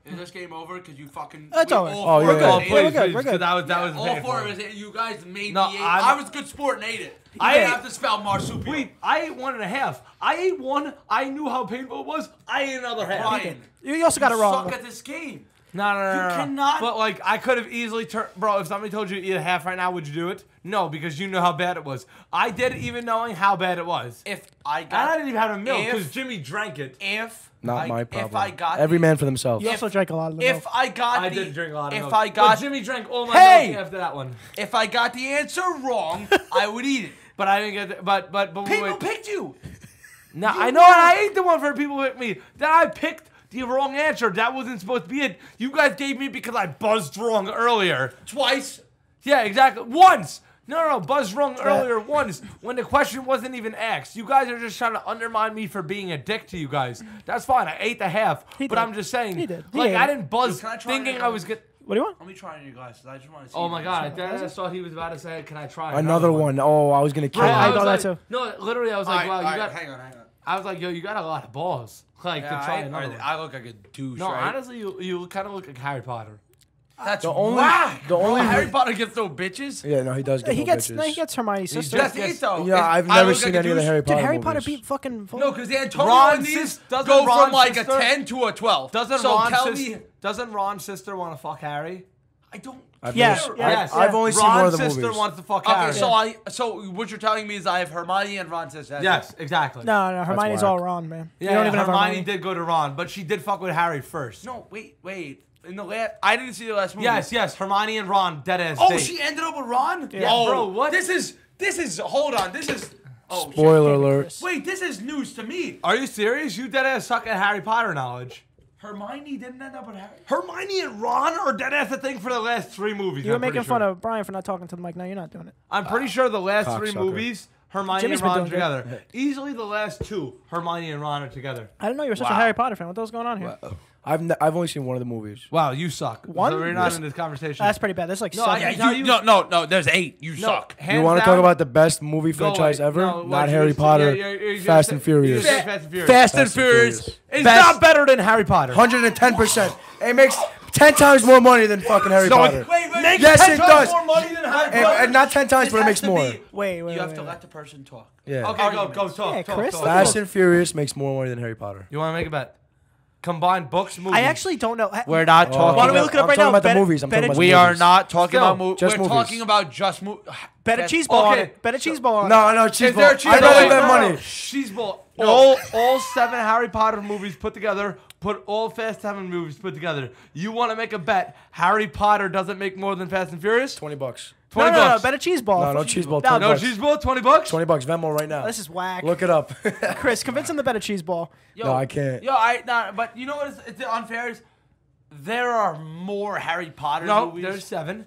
Speaker 1: Is this game over? Cause you fucking.
Speaker 4: It's
Speaker 1: we
Speaker 4: over.
Speaker 1: all
Speaker 3: Oh,
Speaker 1: four
Speaker 3: yeah,
Speaker 1: got
Speaker 3: yeah.
Speaker 1: it.
Speaker 4: Oh, we're good, we're
Speaker 2: 'cause
Speaker 4: good.
Speaker 2: That was that was
Speaker 1: All
Speaker 2: bad
Speaker 1: four
Speaker 2: for
Speaker 1: of
Speaker 2: me.
Speaker 1: us, eh, you guys made
Speaker 2: No,
Speaker 1: me. Eight.
Speaker 2: I'm-
Speaker 1: I was good sport and ate it.
Speaker 2: I
Speaker 1: I didn't
Speaker 2: ate-
Speaker 1: have to spell marsupial.
Speaker 2: Wait, I ate one and a half. I ate one. I knew how painful it was. I ate another half.
Speaker 1: Brian,
Speaker 4: You you also got it
Speaker 1: you
Speaker 4: wrong.
Speaker 1: Suck at this game.
Speaker 2: No, no, no,
Speaker 1: You
Speaker 2: no, no.
Speaker 1: cannot-
Speaker 2: But like, I could have easily turned, bro. If somebody told you to eat a half right now, would you do it? No, because you know how bad it was. I did it even knowing how bad it was.
Speaker 1: If I
Speaker 2: And I
Speaker 1: got,
Speaker 2: didn't even have a milk
Speaker 1: If-
Speaker 2: because Jimmy drank it.
Speaker 1: if
Speaker 3: Not
Speaker 1: I,
Speaker 3: my problem.
Speaker 1: If I got
Speaker 3: Every
Speaker 1: the-
Speaker 3: man for themselves.
Speaker 4: You also drank a lot of the milk.
Speaker 1: If I got
Speaker 2: I
Speaker 1: the,
Speaker 2: did drink a lot of
Speaker 1: if
Speaker 2: milk.
Speaker 1: I
Speaker 2: but
Speaker 1: got
Speaker 2: Jimmy drank all my
Speaker 1: Hey!
Speaker 2: milk after that one.
Speaker 1: if I got the answer wrong, I would eat it.
Speaker 2: But I didn't get. The, but but but
Speaker 1: People
Speaker 2: wait.
Speaker 1: picked you.
Speaker 2: no, I know. And I ate the one for people with me. That I picked the wrong answer. That wasn't supposed to be it. You guys gave me because I buzzed wrong earlier.
Speaker 1: twice.
Speaker 2: Yeah, exactly. Once. No, no, Buzz wrong earlier once when the question wasn't even asked. You guys are just trying to undermine me for being a dick to you guys. That's fine. I ate the half, but
Speaker 4: did.
Speaker 2: I'm just saying.
Speaker 4: He did. He
Speaker 2: Like
Speaker 4: ate
Speaker 2: I
Speaker 4: it.
Speaker 2: didn't buzz
Speaker 1: Dude, can I try
Speaker 2: thinking
Speaker 1: it?
Speaker 2: I was good.
Speaker 4: what do you want?
Speaker 1: Let me try on your glasses. I just want to see.
Speaker 2: Oh my
Speaker 1: if-
Speaker 2: god! I, th- I thought he was about to say, "Can I try
Speaker 3: Another
Speaker 2: one?"
Speaker 3: one. Oh, I was gonna kill.
Speaker 2: Bro,
Speaker 3: you.
Speaker 4: I thought
Speaker 2: was
Speaker 4: that
Speaker 2: like-
Speaker 4: too.
Speaker 2: No, literally, I was
Speaker 1: All
Speaker 2: like,
Speaker 1: right,
Speaker 2: "Wow,
Speaker 1: all
Speaker 2: you
Speaker 1: right,
Speaker 2: got."
Speaker 1: hang on, hang on.
Speaker 2: I was like, "Yo, you got a lot of balls." Like
Speaker 1: Yeah,
Speaker 2: to try
Speaker 1: I,
Speaker 2: another
Speaker 1: or-
Speaker 2: one.
Speaker 1: I look like a douche,
Speaker 2: no,
Speaker 1: right?
Speaker 2: honestly, you you kind of look like Harry Potter.
Speaker 1: That's
Speaker 3: The only-
Speaker 1: whack.
Speaker 3: the only-
Speaker 1: Harry Potter gets no bitches.
Speaker 3: Yeah, no, he does get.
Speaker 4: He
Speaker 3: no
Speaker 4: gets
Speaker 3: bitches.
Speaker 4: he gets Hermione's sister.
Speaker 1: That's
Speaker 2: Yes.
Speaker 1: it though. oh, If
Speaker 3: Yeah, I've
Speaker 1: I
Speaker 3: never
Speaker 1: look
Speaker 3: seen
Speaker 1: like a
Speaker 3: any of the
Speaker 1: douche-
Speaker 3: Harry
Speaker 4: Dude,
Speaker 3: Potter.
Speaker 4: Harry Potter
Speaker 3: movies.
Speaker 4: beat fucking.
Speaker 1: No, because Antonio
Speaker 2: Ron's
Speaker 1: and these
Speaker 2: sis- doesn't
Speaker 1: go
Speaker 2: Ron's
Speaker 1: from like
Speaker 2: sister-
Speaker 1: a ten to a twelve.
Speaker 2: Doesn't
Speaker 1: so
Speaker 2: Ron
Speaker 1: tell
Speaker 2: sis-
Speaker 1: me,
Speaker 2: doesn't Ron's sister want to fuck Harry?
Speaker 1: I don't.
Speaker 3: I've
Speaker 4: Yeah,
Speaker 3: never-
Speaker 4: yeah,
Speaker 3: I-
Speaker 4: Yes.
Speaker 3: I've only seen one of
Speaker 2: Ron's
Speaker 3: the
Speaker 2: sister
Speaker 3: movies.
Speaker 2: wants to fuck
Speaker 1: Okay,
Speaker 2: Harry.
Speaker 1: so I so what you're telling me is I have Hermione and Ron sister. that's
Speaker 2: yes,
Speaker 1: it.
Speaker 2: exactly.
Speaker 4: No, no, Hermione's
Speaker 3: whack.
Speaker 4: all wrong, man.
Speaker 2: yeah,
Speaker 4: you don't
Speaker 2: yeah,
Speaker 4: even
Speaker 2: Hermione,
Speaker 4: have Hermione.
Speaker 2: did go to Ron, but she did fuck with Harry first.
Speaker 1: No, wait, wait. In the last, I didn't see the last movie.
Speaker 2: Yes, yes, Hermione and Ron dead as
Speaker 1: Oh,
Speaker 2: date.
Speaker 1: she ended up with Ron.
Speaker 4: Yeah.
Speaker 1: Oh,
Speaker 2: Bro, what?
Speaker 1: This is this is. Hold on. This is Oh, shit.
Speaker 3: Spoiler alert.
Speaker 1: Wait, this is news to me.
Speaker 2: Are you serious? You dead ass suck at Harry Potter knowledge.
Speaker 1: Hermione didn't end up with Harry.
Speaker 2: Hermione and Ron are dead ass a thing for the last three movies.
Speaker 4: You were
Speaker 2: I'm pretty
Speaker 4: making fun
Speaker 2: sure.
Speaker 4: of Brian for not talking to the mic. No, you're not doing it.
Speaker 2: I'm pretty sure the last three
Speaker 3: Cocksucker.
Speaker 2: movies, Hermione
Speaker 4: Jimmy's
Speaker 2: and
Speaker 4: been
Speaker 2: Ron
Speaker 4: doing good.
Speaker 2: together. Easily the last two, Hermione and Ron are together.
Speaker 4: I didn't know you were such a
Speaker 2: Wow.
Speaker 4: Harry Potter fan. What the hell's going on here?
Speaker 3: I've ne- I've only seen one of the movies.
Speaker 2: Wow, you suck.
Speaker 4: One?
Speaker 2: So we're not
Speaker 4: Yes.
Speaker 2: in this conversation.
Speaker 4: That's pretty bad. There's like
Speaker 2: No,
Speaker 4: seven.
Speaker 2: I-
Speaker 1: Yeah,
Speaker 2: Can I tell
Speaker 1: you,
Speaker 2: you-
Speaker 1: no, no, no. There's eight. You
Speaker 2: No,
Speaker 1: suck.
Speaker 2: hands
Speaker 3: you want to
Speaker 2: down,
Speaker 3: talk about the best movie
Speaker 2: go away.
Speaker 3: franchise ever?
Speaker 2: No,
Speaker 3: Not
Speaker 2: you
Speaker 3: Harry
Speaker 2: just-
Speaker 3: Potter.
Speaker 2: yeah, you're- you're just
Speaker 3: Fast
Speaker 2: saying-
Speaker 3: and Furious.
Speaker 2: you're just Fast and Furious.
Speaker 1: Fast, and
Speaker 3: and
Speaker 1: Furious.
Speaker 3: Furious.
Speaker 2: It's
Speaker 3: Best-
Speaker 2: not better than Harry Potter.
Speaker 3: Hundred and ten percent. It makes ten times more money than fucking Harry
Speaker 2: No, it-
Speaker 3: Potter.
Speaker 1: Wait, wait.
Speaker 2: Makes
Speaker 3: Yes,
Speaker 2: ten
Speaker 3: it
Speaker 2: times
Speaker 3: does.
Speaker 2: more money than Harry
Speaker 3: And,
Speaker 2: Potter.
Speaker 3: and not ten times,
Speaker 1: This
Speaker 3: but it
Speaker 1: has
Speaker 3: makes
Speaker 1: to
Speaker 3: more.
Speaker 1: be-
Speaker 4: Wait, wait,
Speaker 1: You have
Speaker 4: wait,
Speaker 1: to
Speaker 4: wait.
Speaker 1: let the person talk.
Speaker 3: yeah.
Speaker 2: Okay, go, go, talk,
Speaker 4: Yeah,
Speaker 2: talk,
Speaker 4: Chris,
Speaker 2: talk.
Speaker 3: Fast and Furious makes more money than Harry Potter.
Speaker 2: You want to make a bet? Combined books, movies.
Speaker 4: I actually don't know. Ha-
Speaker 2: We're not talking.
Speaker 4: Why don't we
Speaker 3: about-
Speaker 4: look it up
Speaker 3: I'm
Speaker 4: right
Speaker 3: talking
Speaker 4: now?
Speaker 3: about the
Speaker 4: Better-
Speaker 3: movies. I'm talking
Speaker 4: better
Speaker 3: about the
Speaker 1: We
Speaker 3: movies.
Speaker 1: are not talking
Speaker 2: Still,
Speaker 1: about movies. We're
Speaker 3: just movies.
Speaker 1: talking about just movies.
Speaker 4: bet a cheese ball on
Speaker 2: okay.
Speaker 4: it. Bet a cheese ball on
Speaker 3: No,
Speaker 4: it.
Speaker 3: no, cheese
Speaker 2: Is
Speaker 3: ball.
Speaker 2: there a
Speaker 3: I'd
Speaker 2: cheese ball?
Speaker 3: rather
Speaker 2: No,
Speaker 3: bet
Speaker 2: no, no.
Speaker 3: money.
Speaker 2: Cheese ball. All all seven Harry Potter movies put together. Put all Fast Seven movies put together. You want to make a bet? Harry Potter doesn't make more than Fast and Furious.
Speaker 3: Twenty bucks.
Speaker 4: No, no,
Speaker 2: 20
Speaker 4: no, no,
Speaker 2: bucks.
Speaker 4: Bet a cheese ball.
Speaker 3: No, no
Speaker 4: Fuck
Speaker 3: cheese
Speaker 4: you.
Speaker 3: ball,
Speaker 4: No,
Speaker 3: ten
Speaker 2: no
Speaker 3: bucks.
Speaker 2: cheese ball. Twenty bucks.
Speaker 3: Twenty bucks. Venmo right now.
Speaker 4: This is whack.
Speaker 3: Look it up.
Speaker 4: Chris, convince him to bet a cheese ball.
Speaker 1: Yo,
Speaker 3: No, I can't.
Speaker 1: Yo, I nah, but you know what is it's unfair is there are more Harry Potter
Speaker 2: No,
Speaker 1: movies.
Speaker 2: there's seven.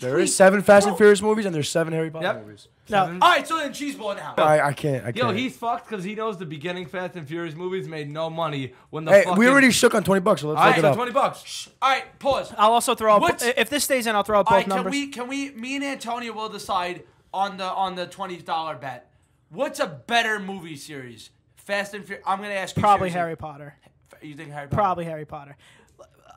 Speaker 3: there is seven Fast and Furious movies, and there's seven Harry Potter
Speaker 2: Yep.
Speaker 3: movies.
Speaker 4: No,
Speaker 1: All right, so then cheese ball now.
Speaker 3: I, I can't. I can't.
Speaker 2: Yo, he's fucked because he knows the beginning Fast and Furious movies made no money when the
Speaker 3: Hey,
Speaker 2: fucking,
Speaker 3: we already shook on twenty bucks. So let's
Speaker 2: All
Speaker 3: look
Speaker 2: right,
Speaker 3: it
Speaker 2: so
Speaker 3: up.
Speaker 2: twenty bucks.
Speaker 1: Shh. All right, pause.
Speaker 4: I'll also throw out.
Speaker 1: What?
Speaker 4: If this stays in, I'll throw out
Speaker 1: All
Speaker 4: both
Speaker 1: right, can
Speaker 4: numbers.
Speaker 1: we can we me and Antonio will decide on the on the twenty dollar bet. What's a better movie series? Fast and Furious. I'm gonna ask you
Speaker 4: Probably
Speaker 1: seriously.
Speaker 4: Harry Potter.
Speaker 1: You think Harry? Potter?
Speaker 4: Probably Harry Potter.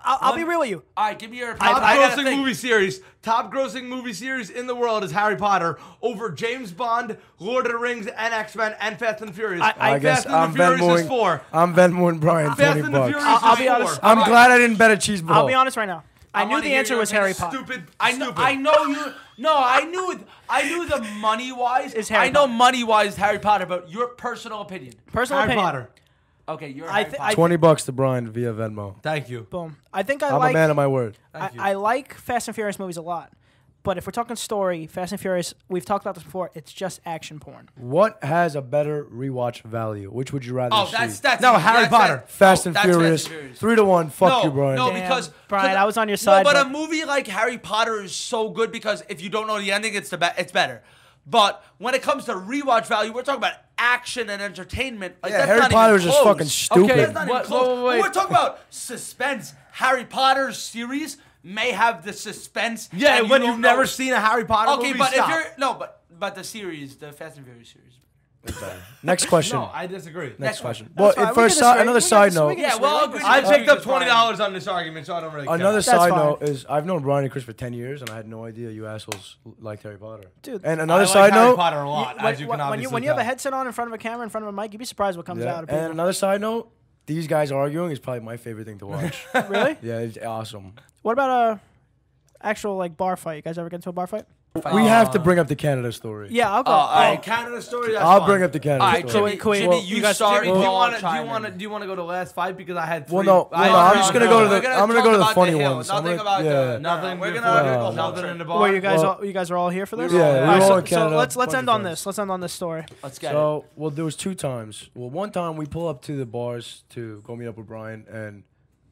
Speaker 4: I'll, I'll be
Speaker 2: One-
Speaker 4: real with you.
Speaker 1: All right, give me your.
Speaker 2: Top
Speaker 1: opinion. I gotta
Speaker 2: grossing
Speaker 1: think.
Speaker 2: movie series. Top grossing movie series in the world is Harry Potter over James Bond, Lord of the Rings, and X Men, and Fast and Furious.
Speaker 4: I- I
Speaker 3: I
Speaker 2: Fast
Speaker 3: guess
Speaker 2: and
Speaker 3: I'm
Speaker 2: the Furious is
Speaker 3: Venmoing.
Speaker 2: four.
Speaker 3: I'm Venmoing Brian
Speaker 2: Fast
Speaker 3: twenty
Speaker 2: and the
Speaker 3: bucks.
Speaker 2: Furious
Speaker 4: I'll- I'll
Speaker 2: is
Speaker 4: be
Speaker 2: four.
Speaker 4: honest.
Speaker 3: I'm
Speaker 1: All right.
Speaker 3: glad I didn't bet a cheese ball.
Speaker 4: I'll be honest right now. I, knew
Speaker 1: wanna
Speaker 4: the
Speaker 1: hear
Speaker 4: answer
Speaker 1: your
Speaker 4: was Harry
Speaker 1: opinion.
Speaker 4: Potter.
Speaker 2: Stupid.
Speaker 1: I know. I know you. No, I knew. I knew the money wise.
Speaker 4: Is Harry
Speaker 1: I know
Speaker 4: Potter.
Speaker 1: money wise Harry Potter, but your personal opinion.
Speaker 4: Personal
Speaker 2: Harry
Speaker 4: opinion.
Speaker 2: Potter.
Speaker 1: Okay, you're.
Speaker 4: I
Speaker 1: Harry
Speaker 4: thi-
Speaker 1: Potter.
Speaker 4: I-
Speaker 3: Twenty bucks to Brian via Venmo.
Speaker 2: Thank you.
Speaker 4: Boom. I think I
Speaker 3: I'm
Speaker 4: like.
Speaker 3: a man of my word.
Speaker 4: I,
Speaker 2: you.
Speaker 4: I like Fast and Furious movies a lot, but if we're talking story, Fast and Furious, we've talked about this before. It's just action porn.
Speaker 3: What has a better rewatch value? Which would you rather
Speaker 1: oh,
Speaker 3: see?
Speaker 1: that's that's
Speaker 2: No, Harry
Speaker 1: that's- that's-
Speaker 2: Potter.
Speaker 3: Fast
Speaker 1: no,
Speaker 3: and
Speaker 1: that's
Speaker 3: Furious. Three to one. Fuck
Speaker 1: no,
Speaker 3: you, Brian.
Speaker 1: No,
Speaker 4: Damn,
Speaker 1: because
Speaker 4: Brian,
Speaker 1: 'cause-
Speaker 4: I was on your side,
Speaker 1: No, but,
Speaker 4: but-
Speaker 1: a movie like Harry Potter is so good because if you don't know the ending, it's the be- it's better. But when it comes to rewatch value, we're talking about action and entertainment. Like,
Speaker 3: Yeah,
Speaker 1: that's
Speaker 3: Harry
Speaker 1: not
Speaker 3: Potter
Speaker 1: even
Speaker 3: is just
Speaker 1: close.
Speaker 3: fucking stupid.
Speaker 1: That's not
Speaker 2: What-
Speaker 1: even close.
Speaker 2: whoa, whoa, wait.
Speaker 1: When we're talking about suspense. Harry Potter series may have the suspense.
Speaker 2: Yeah,
Speaker 1: and
Speaker 2: when
Speaker 1: don't
Speaker 2: you've never
Speaker 1: know-
Speaker 2: seen a Harry Potter
Speaker 1: Okay,
Speaker 2: movie,
Speaker 1: but
Speaker 2: stop.
Speaker 1: if you're no, but but the series, the Fast and Furious series.
Speaker 3: Next question.
Speaker 2: no, I disagree.
Speaker 3: Next question.
Speaker 4: That's fine.
Speaker 3: well,
Speaker 4: uh, We
Speaker 3: first
Speaker 4: can disagree.
Speaker 3: si- another
Speaker 4: We can
Speaker 3: side
Speaker 4: disagree. We
Speaker 3: note.
Speaker 4: can
Speaker 1: Yeah,
Speaker 4: disagree.
Speaker 1: well,
Speaker 4: We
Speaker 1: I'll
Speaker 4: can
Speaker 1: agree to
Speaker 2: I
Speaker 4: disagree.
Speaker 1: that.
Speaker 2: picked up
Speaker 1: Because Brian-
Speaker 2: twenty dollars on this argument, so I don't really.
Speaker 3: Another
Speaker 2: Care.
Speaker 4: That's
Speaker 3: side
Speaker 4: fine.
Speaker 3: note is I've known Brian and Chris for ten years, and I had no idea you assholes liked Harry Potter.
Speaker 4: Dude,
Speaker 3: and
Speaker 2: I
Speaker 3: another
Speaker 2: like
Speaker 3: side
Speaker 2: Harry
Speaker 3: note.
Speaker 2: Potter a lot,
Speaker 4: You-
Speaker 2: as you can
Speaker 4: when, when you
Speaker 2: obviously
Speaker 4: when you have a
Speaker 2: tell.
Speaker 4: headset on in front of a camera in front of a mic, you'd be surprised what comes
Speaker 3: Yeah.
Speaker 4: out of
Speaker 3: And
Speaker 4: people.
Speaker 3: another side note. These guys arguing is probably my favorite thing to watch.
Speaker 4: really?
Speaker 3: yeah, it's awesome.
Speaker 4: What about a actual like bar fight? You guys ever get into a bar fight?
Speaker 3: we have to bring up the Canada story.
Speaker 4: Yeah, I'll go.
Speaker 1: Uh, I-
Speaker 2: Oh, Canada story. That's
Speaker 3: I'll
Speaker 2: fine.
Speaker 3: bring up the Canada
Speaker 1: All right,
Speaker 3: story.
Speaker 1: Jimmy,
Speaker 4: Can we-
Speaker 1: Jimmy,
Speaker 4: well,
Speaker 1: you
Speaker 4: you guys-
Speaker 1: start.
Speaker 2: Jimmy, do you
Speaker 1: Paul,
Speaker 2: want to do
Speaker 1: chime
Speaker 2: you
Speaker 1: in.
Speaker 2: want to do you want to go to last fight because I had three.
Speaker 3: Well, no,
Speaker 2: I
Speaker 3: well, no,
Speaker 2: had
Speaker 3: I'm
Speaker 2: three
Speaker 3: just
Speaker 2: on
Speaker 3: gonna go
Speaker 2: the-
Speaker 3: to the- uh,
Speaker 1: We're
Speaker 3: I'm gonna
Speaker 1: talk
Speaker 3: go to the
Speaker 1: about
Speaker 3: funny
Speaker 1: hill.
Speaker 3: ones. I'm
Speaker 1: Nothing
Speaker 3: gonna-
Speaker 1: about
Speaker 3: yeah.
Speaker 1: the,
Speaker 2: Nothing.
Speaker 1: We're
Speaker 2: before-
Speaker 1: gonna
Speaker 3: uh,
Speaker 2: nothing in the bar.
Speaker 4: Were Oh, you guys
Speaker 3: Well-
Speaker 4: all you guys are all here for this?
Speaker 3: were all Yeah, here. we were
Speaker 4: so,
Speaker 3: all in
Speaker 4: so
Speaker 3: Canada,
Speaker 4: let's let's
Speaker 3: bunch
Speaker 4: end
Speaker 3: of
Speaker 4: on
Speaker 3: friends.
Speaker 4: this. Let's end on this story.
Speaker 1: Let's get it.
Speaker 3: So, well, there was two times. Well, one time we pull up to the bars to go meet up with Brian, and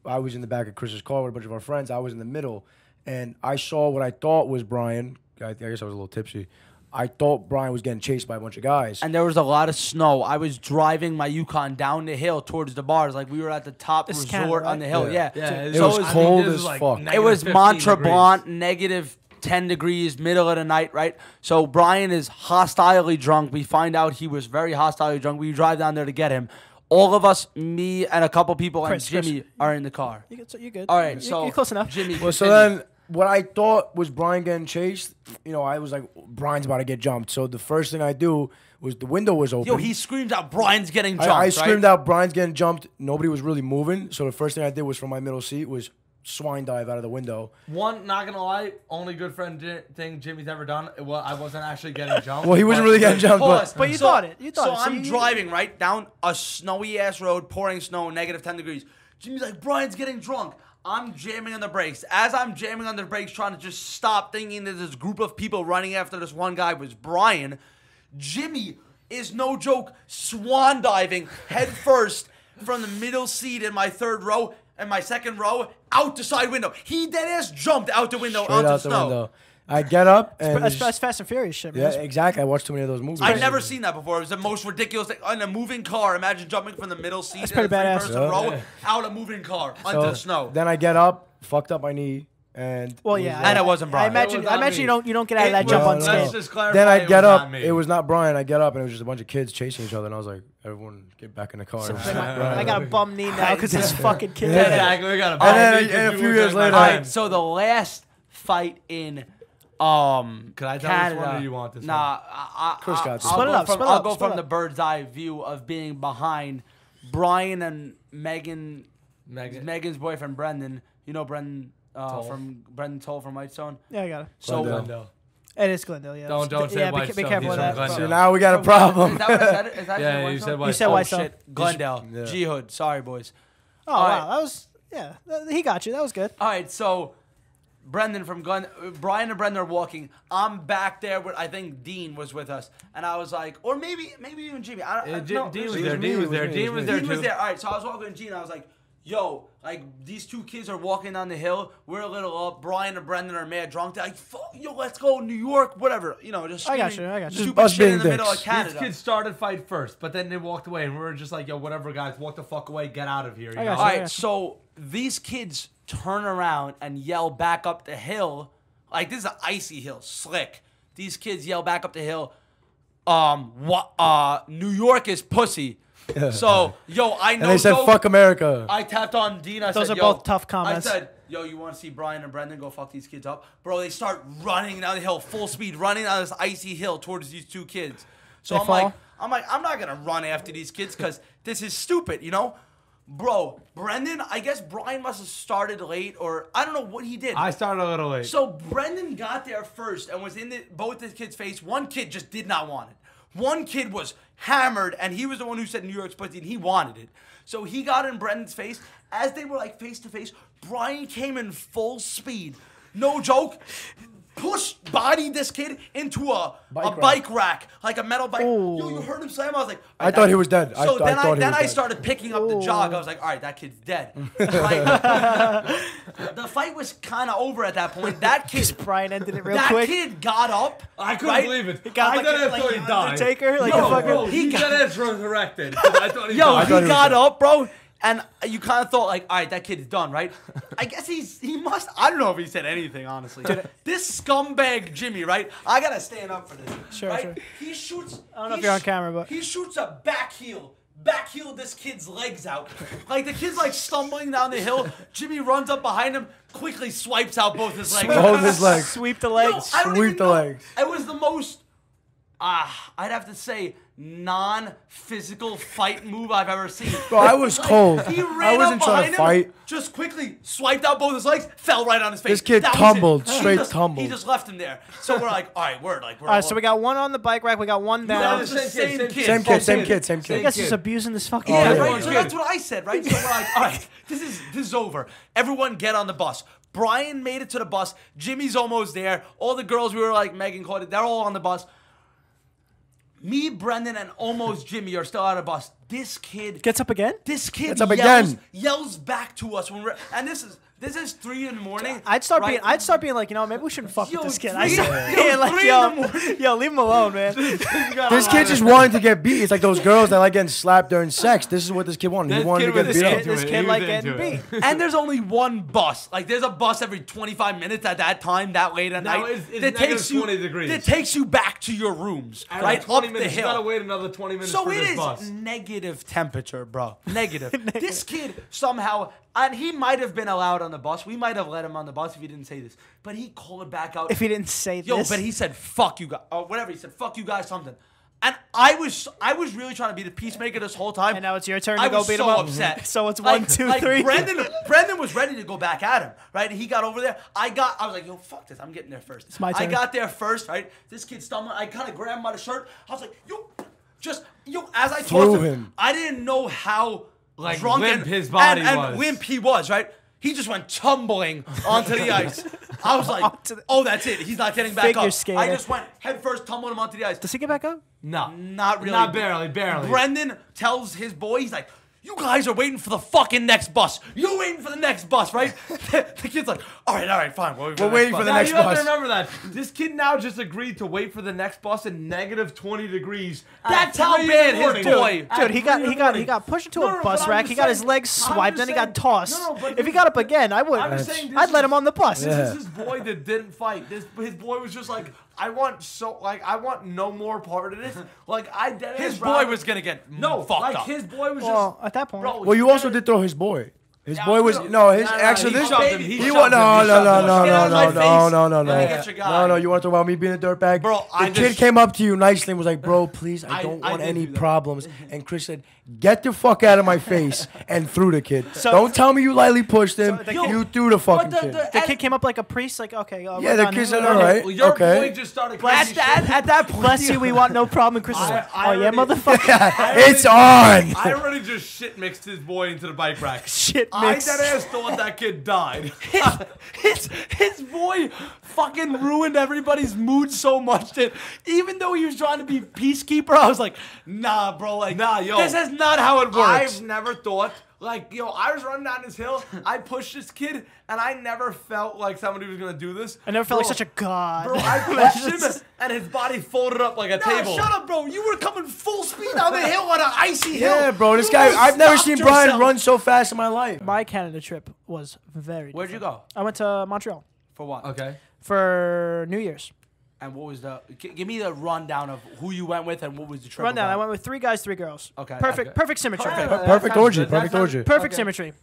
Speaker 3: I was in the back of Chris's car with a bunch of our friends. I was in the middle, and I saw what I thought was Brian. I, I guess I was a little tipsy. I thought Brian was getting chased by a bunch of guys.
Speaker 1: and there was a lot of snow. I was driving my Yukon down the hill towards the bars. Like we were at the top
Speaker 4: This is
Speaker 1: resort on
Speaker 4: Canada, right?
Speaker 1: the hill. Yeah.
Speaker 4: Yeah.
Speaker 2: Yeah,
Speaker 3: It was
Speaker 2: I think
Speaker 3: cold
Speaker 2: this
Speaker 3: as
Speaker 2: is like
Speaker 3: fuck.
Speaker 1: It
Speaker 2: negative
Speaker 1: was
Speaker 2: 15
Speaker 1: Mantra
Speaker 2: degrees.
Speaker 1: Blanc, negative 10 degrees, middle of the night, right? So Brian is hostilely drunk. We find out he was very hostilely drunk. We drive down there to get him. All of us, me and a couple people
Speaker 4: Chris,
Speaker 1: and
Speaker 4: Chris.
Speaker 1: Jimmy are in the car.
Speaker 4: You good? So you good?
Speaker 1: All right,
Speaker 4: You-
Speaker 1: so
Speaker 4: you're close enough.
Speaker 1: Jimmy.
Speaker 3: Well, so
Speaker 1: continue.
Speaker 3: then what I thought was Brian getting chased, you know, I was like, Brian's about to get jumped. So the first thing I do was the window was open.
Speaker 1: yo, he screams out, "Brian's getting
Speaker 3: I,
Speaker 1: jumped!"
Speaker 3: I screamed out, Brian's getting jumped. Nobody was really moving. So the first thing I did was from my middle seat was swine dive out of the window.
Speaker 2: One, not gonna lie, only good friend di- thing Jimmy's ever done. Well, I wasn't actually getting jumped.
Speaker 3: Well, he wasn't
Speaker 2: but-
Speaker 3: really getting jumped,
Speaker 1: Pause.
Speaker 3: but
Speaker 4: But you thought it. You thought
Speaker 1: so
Speaker 4: it. So
Speaker 1: I'm
Speaker 4: you-
Speaker 1: driving right down a snowy ass road, pouring snow, negative ten degrees. Jimmy's like, Brian's getting drunk. I'm jamming on the brakes. As I'm jamming on the brakes, trying to just stop, thinking that this group of people running after this one guy was Brian. Jimmy is no joke swan diving head first from the middle seat in my third row and my second row out the side window. He dead ass jumped out the window
Speaker 3: Straight
Speaker 1: onto
Speaker 3: out the
Speaker 1: snow.
Speaker 3: window. I get up and
Speaker 4: That's,
Speaker 3: just-
Speaker 4: that's Fast and Furious shit, man.
Speaker 3: yeah,
Speaker 4: That's-
Speaker 3: exactly. I watched too many of those movies.
Speaker 1: I've never seen that before. It was the most ridiculous thing. In a moving car, imagine jumping from the middle seat in a
Speaker 4: pretty badass.
Speaker 1: three-person
Speaker 3: Yeah.
Speaker 1: row out a moving car onto
Speaker 3: So
Speaker 1: the snow.
Speaker 3: Then I get up, fucked up my knee, and
Speaker 4: Well,
Speaker 3: it was
Speaker 4: yeah,
Speaker 3: that.
Speaker 1: And it wasn't
Speaker 4: I
Speaker 1: Brian.
Speaker 4: imagine,
Speaker 2: It was
Speaker 4: I
Speaker 2: not
Speaker 4: imagine
Speaker 2: me.
Speaker 4: you don't you don't get out of
Speaker 2: It
Speaker 4: that jump
Speaker 3: No,
Speaker 4: on
Speaker 3: no.
Speaker 4: scale.
Speaker 2: Let's just clarify.
Speaker 3: then I
Speaker 2: it
Speaker 3: get
Speaker 2: was
Speaker 3: up.
Speaker 2: not me.
Speaker 3: It was not Brian. I get up, and it was just a bunch of kids chasing each other. And I was like, "Everyone, get back in the car." It was
Speaker 4: Like,
Speaker 3: not
Speaker 4: my-
Speaker 3: Brian.
Speaker 4: I got a bum knee now because this fucking kid.
Speaker 2: Yeah, exactly. We got a
Speaker 3: then-
Speaker 2: body because
Speaker 3: and a
Speaker 2: we
Speaker 3: few
Speaker 2: were
Speaker 3: years
Speaker 2: doing
Speaker 3: later,
Speaker 2: my
Speaker 3: I-
Speaker 2: time.
Speaker 1: Alright, so the last fight in um
Speaker 2: Can I tell this
Speaker 1: Canada.
Speaker 2: one, or you want this
Speaker 1: Nah, I, I,
Speaker 3: Chris
Speaker 1: I,
Speaker 3: got this.
Speaker 1: I'll
Speaker 4: Split it
Speaker 1: go
Speaker 4: up,
Speaker 1: From,
Speaker 4: split it
Speaker 1: I'll
Speaker 4: up,
Speaker 1: go
Speaker 4: split
Speaker 1: from
Speaker 4: it
Speaker 1: the
Speaker 4: up.
Speaker 1: bird's eye view of being behind Brian and Megan,
Speaker 2: Megan.
Speaker 1: Megan's boyfriend Brendan. You know Brendan uh,
Speaker 2: Toll.
Speaker 1: from Brendan Toll from Whitestone.
Speaker 4: Yeah, I got it.
Speaker 1: So
Speaker 3: Glendale.
Speaker 2: No.
Speaker 4: It is Glendale. Yeah.
Speaker 2: Don't- don't say
Speaker 4: yeah,
Speaker 2: white
Speaker 4: be, be
Speaker 2: stuff.
Speaker 4: careful
Speaker 2: He's
Speaker 4: with
Speaker 2: from
Speaker 4: that.
Speaker 2: Glendale.
Speaker 3: So
Speaker 4: bro.
Speaker 3: now we got a
Speaker 1: Is
Speaker 3: problem.
Speaker 1: that what I said? Is that
Speaker 2: Yeah,
Speaker 1: actually
Speaker 2: you
Speaker 1: Whitestone?
Speaker 2: said White-
Speaker 4: You said
Speaker 2: Oh,
Speaker 4: White
Speaker 1: Oh,
Speaker 4: Star.
Speaker 1: shit, Glendale,
Speaker 3: Yeah.
Speaker 1: G Hood. Sorry, boys.
Speaker 4: Oh
Speaker 1: All right.
Speaker 4: wow, that was yeah. th- He got you. That was good.
Speaker 1: All right, so Brendan from Gun, uh, Brian and Brendan are walking. I'm back there with I think Dean was with us, and I was like, or maybe maybe even Jimmy. I, I,
Speaker 2: Uh, J-
Speaker 1: no, it
Speaker 2: Dean
Speaker 1: was
Speaker 2: was
Speaker 1: Jimmy.
Speaker 2: there.
Speaker 3: me,
Speaker 2: Dean was
Speaker 3: it was
Speaker 2: there.
Speaker 3: me,
Speaker 2: Dean
Speaker 3: it
Speaker 2: was
Speaker 3: was
Speaker 2: there
Speaker 3: me.
Speaker 1: Dean was
Speaker 2: too.
Speaker 1: there. All right, so I was walking with Gene. I was like, yo, like these two kids are walking down the hill. We're a little up. Brian and Brendan are mad drunk. They're like, fuck, yo, let's go New York, whatever. You know, just
Speaker 4: I got
Speaker 1: screaming
Speaker 4: you, I got you. Just
Speaker 1: Stupid
Speaker 3: us
Speaker 1: shit
Speaker 3: being
Speaker 1: in the middle
Speaker 3: dicks.
Speaker 1: of
Speaker 3: These
Speaker 1: Canada.
Speaker 2: These kids started fight first, but then they walked away, and we were just like, "Yo, whatever, guys, walk the fuck away, get out of here." You
Speaker 4: I
Speaker 2: know?
Speaker 4: got
Speaker 1: All
Speaker 4: you.
Speaker 1: right, so these kids turn around and yell back up the hill. Like this is an icy hill, slick. These kids yell back up the hill. Um, what? Uh, New York is pussy. So yo, I know.
Speaker 3: And they said,
Speaker 1: yo-
Speaker 3: "Fuck America."
Speaker 1: I tapped on Dean. I
Speaker 4: Those
Speaker 1: said,
Speaker 4: are
Speaker 1: yo-
Speaker 4: both tough comments.
Speaker 1: I said, "Yo, you want to see Brian and Brendan go fuck these kids up, bro?" They start running down the hill, full speed, running down this icy hill towards these two kids. So
Speaker 4: They
Speaker 1: I'm
Speaker 4: fall?
Speaker 1: like, I'm like, I'm not gonna run after these kids because this is stupid, you know, bro. Brendan, I guess Brian must have started late, or I don't know what he did.
Speaker 2: I started a little late.
Speaker 1: So Brendan got there first and was in the, both the kids' face. One kid just did not want it. One kid was hammered, and he was the one who said New York's pussy, and he wanted it. So he got in Brendan's face. As they were like face to face, Brian came in full speed. No joke. Pushed, bodied this kid into a bike, a
Speaker 3: Bike rack.
Speaker 1: bike rack, like a metal bike. Yo, you heard him slam. I was like,
Speaker 3: I thought he was dead. I
Speaker 1: So
Speaker 3: th- I
Speaker 1: then I,
Speaker 3: thought he
Speaker 1: then
Speaker 3: was
Speaker 1: I
Speaker 3: dead.
Speaker 1: started picking up the jog. I was like, all right, that kid's dead. Like, the fight was kind of over at that point. That kid
Speaker 4: Brian ended it real
Speaker 1: that
Speaker 4: quick.
Speaker 1: kid got up.
Speaker 2: I couldn't
Speaker 1: right?
Speaker 2: believe it.
Speaker 4: got
Speaker 2: I
Speaker 4: like
Speaker 2: thought
Speaker 4: a-
Speaker 2: I
Speaker 4: like
Speaker 2: thought he
Speaker 4: an
Speaker 2: died.
Speaker 4: Undertaker, like a
Speaker 2: no,
Speaker 4: fucking-
Speaker 2: bro,
Speaker 1: He
Speaker 2: he
Speaker 1: got-
Speaker 2: got ass resurrected. I thought he
Speaker 1: Yo,
Speaker 2: died.
Speaker 1: he
Speaker 3: thought he was
Speaker 1: got
Speaker 3: dead.
Speaker 1: up, bro, and you kind of thought like, all right, that kid's done, right? I guess he's he must. I don't know if he said anything honestly. this scumbag Jimmy, right? I gotta stand up for this.
Speaker 4: Sure,
Speaker 1: right?
Speaker 4: sure.
Speaker 1: He shoots. I
Speaker 4: don't know if you're on camera, but-
Speaker 1: he shoots a back heel. Back heel this kid's legs out. Like the kid's like stumbling down the hill. Jimmy runs up behind him, quickly swipes out both his legs.
Speaker 3: Both his legs.
Speaker 4: Sweep the
Speaker 1: No,
Speaker 4: legs.
Speaker 1: I don't
Speaker 3: Sweep
Speaker 1: even
Speaker 3: the
Speaker 1: know.
Speaker 3: legs.
Speaker 1: It was the most, ah, I'd have to say, non-physical fight move I've ever seen.
Speaker 3: Bro, I was cold.
Speaker 1: He ran
Speaker 3: I wasn't
Speaker 1: up
Speaker 3: trying
Speaker 1: behind
Speaker 3: to
Speaker 1: him,
Speaker 3: fight.
Speaker 1: just quickly swiped out both his legs, fell right on his face.
Speaker 3: This kid
Speaker 1: That was it.
Speaker 3: tumbled,
Speaker 1: He
Speaker 3: straight
Speaker 1: just- He
Speaker 3: tumbled.
Speaker 1: just left him there. So we're like, all right, word, like we're
Speaker 4: All right, so we got one on the bike rack. We got one
Speaker 1: that
Speaker 4: down.
Speaker 1: was
Speaker 4: You
Speaker 1: the same, kid,
Speaker 3: Same
Speaker 1: Oh,
Speaker 3: kid, same kid, same kid.
Speaker 4: guys just abusing this fucking
Speaker 1: yeah,
Speaker 4: kid.
Speaker 3: yeah.
Speaker 1: right. So
Speaker 2: Yeah.
Speaker 1: that's what I said, right? So we're like, all right, this is this is over. Everyone get on the bus. Brian made it to the bus. Jimmy's almost there. All the girls we were like Megan called it, they're all on the bus. Me, Brendan, and almost Jimmy are still on the bus. This kid
Speaker 4: Gets up again.
Speaker 1: this kid
Speaker 3: Gets up
Speaker 1: yells,
Speaker 3: again.
Speaker 1: yells back to us when we're and this is this is three in the morning.
Speaker 4: I'd start
Speaker 1: right?
Speaker 4: being, I'd start being like, you know, maybe we shouldn't fuck
Speaker 1: Yo,
Speaker 4: with this kid.
Speaker 1: three-
Speaker 4: I start
Speaker 1: yo,
Speaker 4: being like,
Speaker 1: three
Speaker 4: yo,
Speaker 1: in the
Speaker 4: yo, leave him alone, man.
Speaker 3: This kid just wanted to get beat. It's like those girls that like getting slapped during sex. This is what this kid wanted.
Speaker 2: This
Speaker 3: he wanted
Speaker 2: kid
Speaker 3: to get
Speaker 2: was
Speaker 3: beat
Speaker 2: into
Speaker 3: up.
Speaker 2: it.
Speaker 4: this
Speaker 2: He
Speaker 4: kid
Speaker 2: was
Speaker 4: like
Speaker 2: into
Speaker 4: getting beat.
Speaker 2: it.
Speaker 1: and there's only one bus. Like there's a bus every 25 minutes at that time, that late at
Speaker 2: Now
Speaker 1: night.
Speaker 2: it's- it's
Speaker 1: that
Speaker 2: negative
Speaker 1: takes you
Speaker 2: 20 degrees.
Speaker 1: That takes you back to your rooms,
Speaker 2: After
Speaker 1: right
Speaker 2: 20
Speaker 1: up
Speaker 2: minutes,
Speaker 1: the
Speaker 2: You gotta
Speaker 1: hill.
Speaker 2: wait another 20 minutes
Speaker 1: So
Speaker 2: for
Speaker 1: it
Speaker 2: this
Speaker 1: is
Speaker 2: bus.
Speaker 1: negative temperature, bro. Negative. this kid somehow, and he might have been allowed on the bus. We might have let him on the bus if he didn't say this, but he called back out.
Speaker 4: If he didn't say
Speaker 1: Yo,
Speaker 4: this,
Speaker 1: but he said "fuck you guys" or whatever he said. "Fuck you guys" something. And I was I was really trying to be the peacemaker this whole time.
Speaker 4: And now it's your turn
Speaker 1: I
Speaker 4: to go
Speaker 1: was
Speaker 4: beat
Speaker 1: so
Speaker 4: him up.
Speaker 1: Upset.
Speaker 4: So it's
Speaker 1: Like-
Speaker 4: one, two,
Speaker 1: like
Speaker 4: three.
Speaker 1: Brendan Brendan was ready to go back at him, right? And he got over there. I got I was like, yo, fuck this. I'm getting there first.
Speaker 4: my
Speaker 1: I
Speaker 4: turn.
Speaker 1: got there first, right? This kid stumbling. I kind of grabbed him by the shirt. I was like, yo, just yo. As I told
Speaker 3: Threw him.
Speaker 1: I didn't know how
Speaker 2: Like,
Speaker 1: drunk
Speaker 2: limp
Speaker 1: and,
Speaker 2: his body
Speaker 1: and, and
Speaker 2: was.
Speaker 1: limp he was, right? He just went tumbling onto the ice. I was like,
Speaker 4: Onto the-
Speaker 1: oh, that's it. He's not getting back
Speaker 4: Figure
Speaker 1: up. I
Speaker 4: skater.
Speaker 1: just went head first, tumbling him onto the ice.
Speaker 4: Does he get back up?
Speaker 2: No.
Speaker 1: Not really.
Speaker 2: Not barely, barely.
Speaker 1: Brendan tells his boy, he's like, you guys are waiting for the fucking next bus. You're waiting for the next bus, right? the kid's like, all right, all right, fine. We're,
Speaker 3: waiting for the
Speaker 2: now
Speaker 3: next
Speaker 2: you have
Speaker 3: bus.
Speaker 2: to remember that this kid now just agreed to wait for the next bus in negative 20 degrees. at
Speaker 1: That's how
Speaker 2: three in
Speaker 1: bad
Speaker 2: the
Speaker 1: his
Speaker 2: morning.
Speaker 1: boy-
Speaker 2: At
Speaker 4: Dude, he
Speaker 2: three
Speaker 4: got
Speaker 2: in
Speaker 4: he
Speaker 2: the
Speaker 4: got he
Speaker 2: morning.
Speaker 4: got pushed into
Speaker 2: No,
Speaker 4: a
Speaker 2: no,
Speaker 4: bus
Speaker 2: but I'm
Speaker 4: rack. He
Speaker 2: just
Speaker 4: got his
Speaker 2: saying-
Speaker 4: legs
Speaker 2: I'm
Speaker 4: swiped,
Speaker 2: just
Speaker 4: then he got
Speaker 2: saying-
Speaker 4: tossed.
Speaker 2: No, no, but
Speaker 4: if he
Speaker 2: this-
Speaker 4: got up again, I would.
Speaker 2: I'm just
Speaker 4: I'd
Speaker 2: saying this
Speaker 4: let
Speaker 2: is-
Speaker 4: him on the bus.
Speaker 2: This
Speaker 3: Yeah.
Speaker 2: is his boy that didn't fight. This his boy was just like, I want so like I want no more part of this. Like I dead
Speaker 1: His
Speaker 2: ass
Speaker 1: boy
Speaker 2: Rob-
Speaker 1: was going to get
Speaker 2: no
Speaker 1: fucked
Speaker 2: like
Speaker 1: up.
Speaker 2: his boy was
Speaker 4: Well,
Speaker 2: just
Speaker 4: at that point,
Speaker 2: bro.
Speaker 3: Well, you
Speaker 2: he
Speaker 3: also
Speaker 2: never-
Speaker 3: did throw his boy. His
Speaker 2: Yeah,
Speaker 3: boy was
Speaker 2: no,
Speaker 3: no. His
Speaker 2: no, no,
Speaker 3: actually
Speaker 2: he
Speaker 3: this.
Speaker 2: shoved him, he
Speaker 3: He
Speaker 2: shoved
Speaker 3: wa-
Speaker 2: him,
Speaker 3: no
Speaker 2: he
Speaker 3: no
Speaker 2: shoved
Speaker 3: no
Speaker 2: him.
Speaker 3: no
Speaker 1: Get out
Speaker 3: no
Speaker 1: of my
Speaker 3: no no
Speaker 1: face.
Speaker 3: no no
Speaker 1: Let me
Speaker 3: no.
Speaker 1: get your guy.
Speaker 3: No no. You want to talk about me being a dirtbag?
Speaker 1: Bro, I
Speaker 3: the kid
Speaker 1: just-
Speaker 3: came up to you nicely and was like, "Bro, please, I
Speaker 2: I-
Speaker 3: don't
Speaker 2: I
Speaker 3: want
Speaker 2: did
Speaker 3: any
Speaker 2: do that.
Speaker 3: problems." And Chris said, "Get the fuck out of my face!" and threw the kid.
Speaker 4: So-
Speaker 3: Don't tell me you lightly pushed him.
Speaker 4: So the kid-
Speaker 3: You threw the
Speaker 2: But
Speaker 3: fucking
Speaker 2: the-
Speaker 3: kid.
Speaker 2: the-
Speaker 4: the
Speaker 2: at-
Speaker 4: kid came up like a priest. Like, okay, uh,
Speaker 3: Yeah,
Speaker 4: we're
Speaker 3: the
Speaker 4: done.
Speaker 3: kid
Speaker 4: We're
Speaker 3: said,
Speaker 4: done.
Speaker 3: "All right,
Speaker 2: Well, your
Speaker 3: okay."
Speaker 2: boy just started
Speaker 4: Bless
Speaker 2: crazy
Speaker 4: that-
Speaker 2: shit. at that point.
Speaker 4: Bless you. We want no problem, Chris. is
Speaker 2: I-
Speaker 4: like,
Speaker 2: I
Speaker 4: oh yeah,
Speaker 2: already-
Speaker 4: motherfucker.
Speaker 3: It's on.
Speaker 2: I already just shit mixed his boy into the bike rack.
Speaker 4: Shit,
Speaker 2: I
Speaker 4: mix.
Speaker 2: dead ass thought that kid died.
Speaker 1: his, his boy fucking ruined everybody's mood so much that even though he was trying to be peacekeeper, I was like, nah, bro, like,
Speaker 2: Nah, yo.
Speaker 1: this is not how it works.
Speaker 2: I've never thought like yo. I was running down this hill. I pushed this kid, and I never felt like somebody was gonna do this.
Speaker 4: I never felt
Speaker 2: Bro,
Speaker 4: like such a god.
Speaker 2: Bro, I pushed him, and his body folded up like a
Speaker 1: Nah,
Speaker 2: table.
Speaker 1: shut up, bro. You were coming full speed down the hill on an icy hill.
Speaker 3: Yeah, bro. This
Speaker 1: You
Speaker 3: guy.
Speaker 1: would've
Speaker 3: I've never
Speaker 1: stopped
Speaker 3: seen Brian
Speaker 1: yourself.
Speaker 3: run so fast in my life.
Speaker 4: My Canada trip was very.
Speaker 1: Where'd you
Speaker 4: different.
Speaker 1: go?
Speaker 4: I went to Montreal
Speaker 1: For what?
Speaker 2: Okay.
Speaker 4: for New Year's.
Speaker 1: And what was the? g- Give me the rundown of who you went with and what was the trip.
Speaker 4: Rundown. I
Speaker 1: about.
Speaker 4: went with three guys, three girls.
Speaker 1: Okay,
Speaker 4: Perfect.
Speaker 1: okay.
Speaker 4: Perfect symmetry.
Speaker 2: Perfect. That
Speaker 3: Perfect
Speaker 2: sounds
Speaker 3: orgy.
Speaker 2: good. That
Speaker 3: Perfect
Speaker 2: sounds-
Speaker 3: orgy.
Speaker 4: Perfect
Speaker 1: Okay.
Speaker 4: symmetry.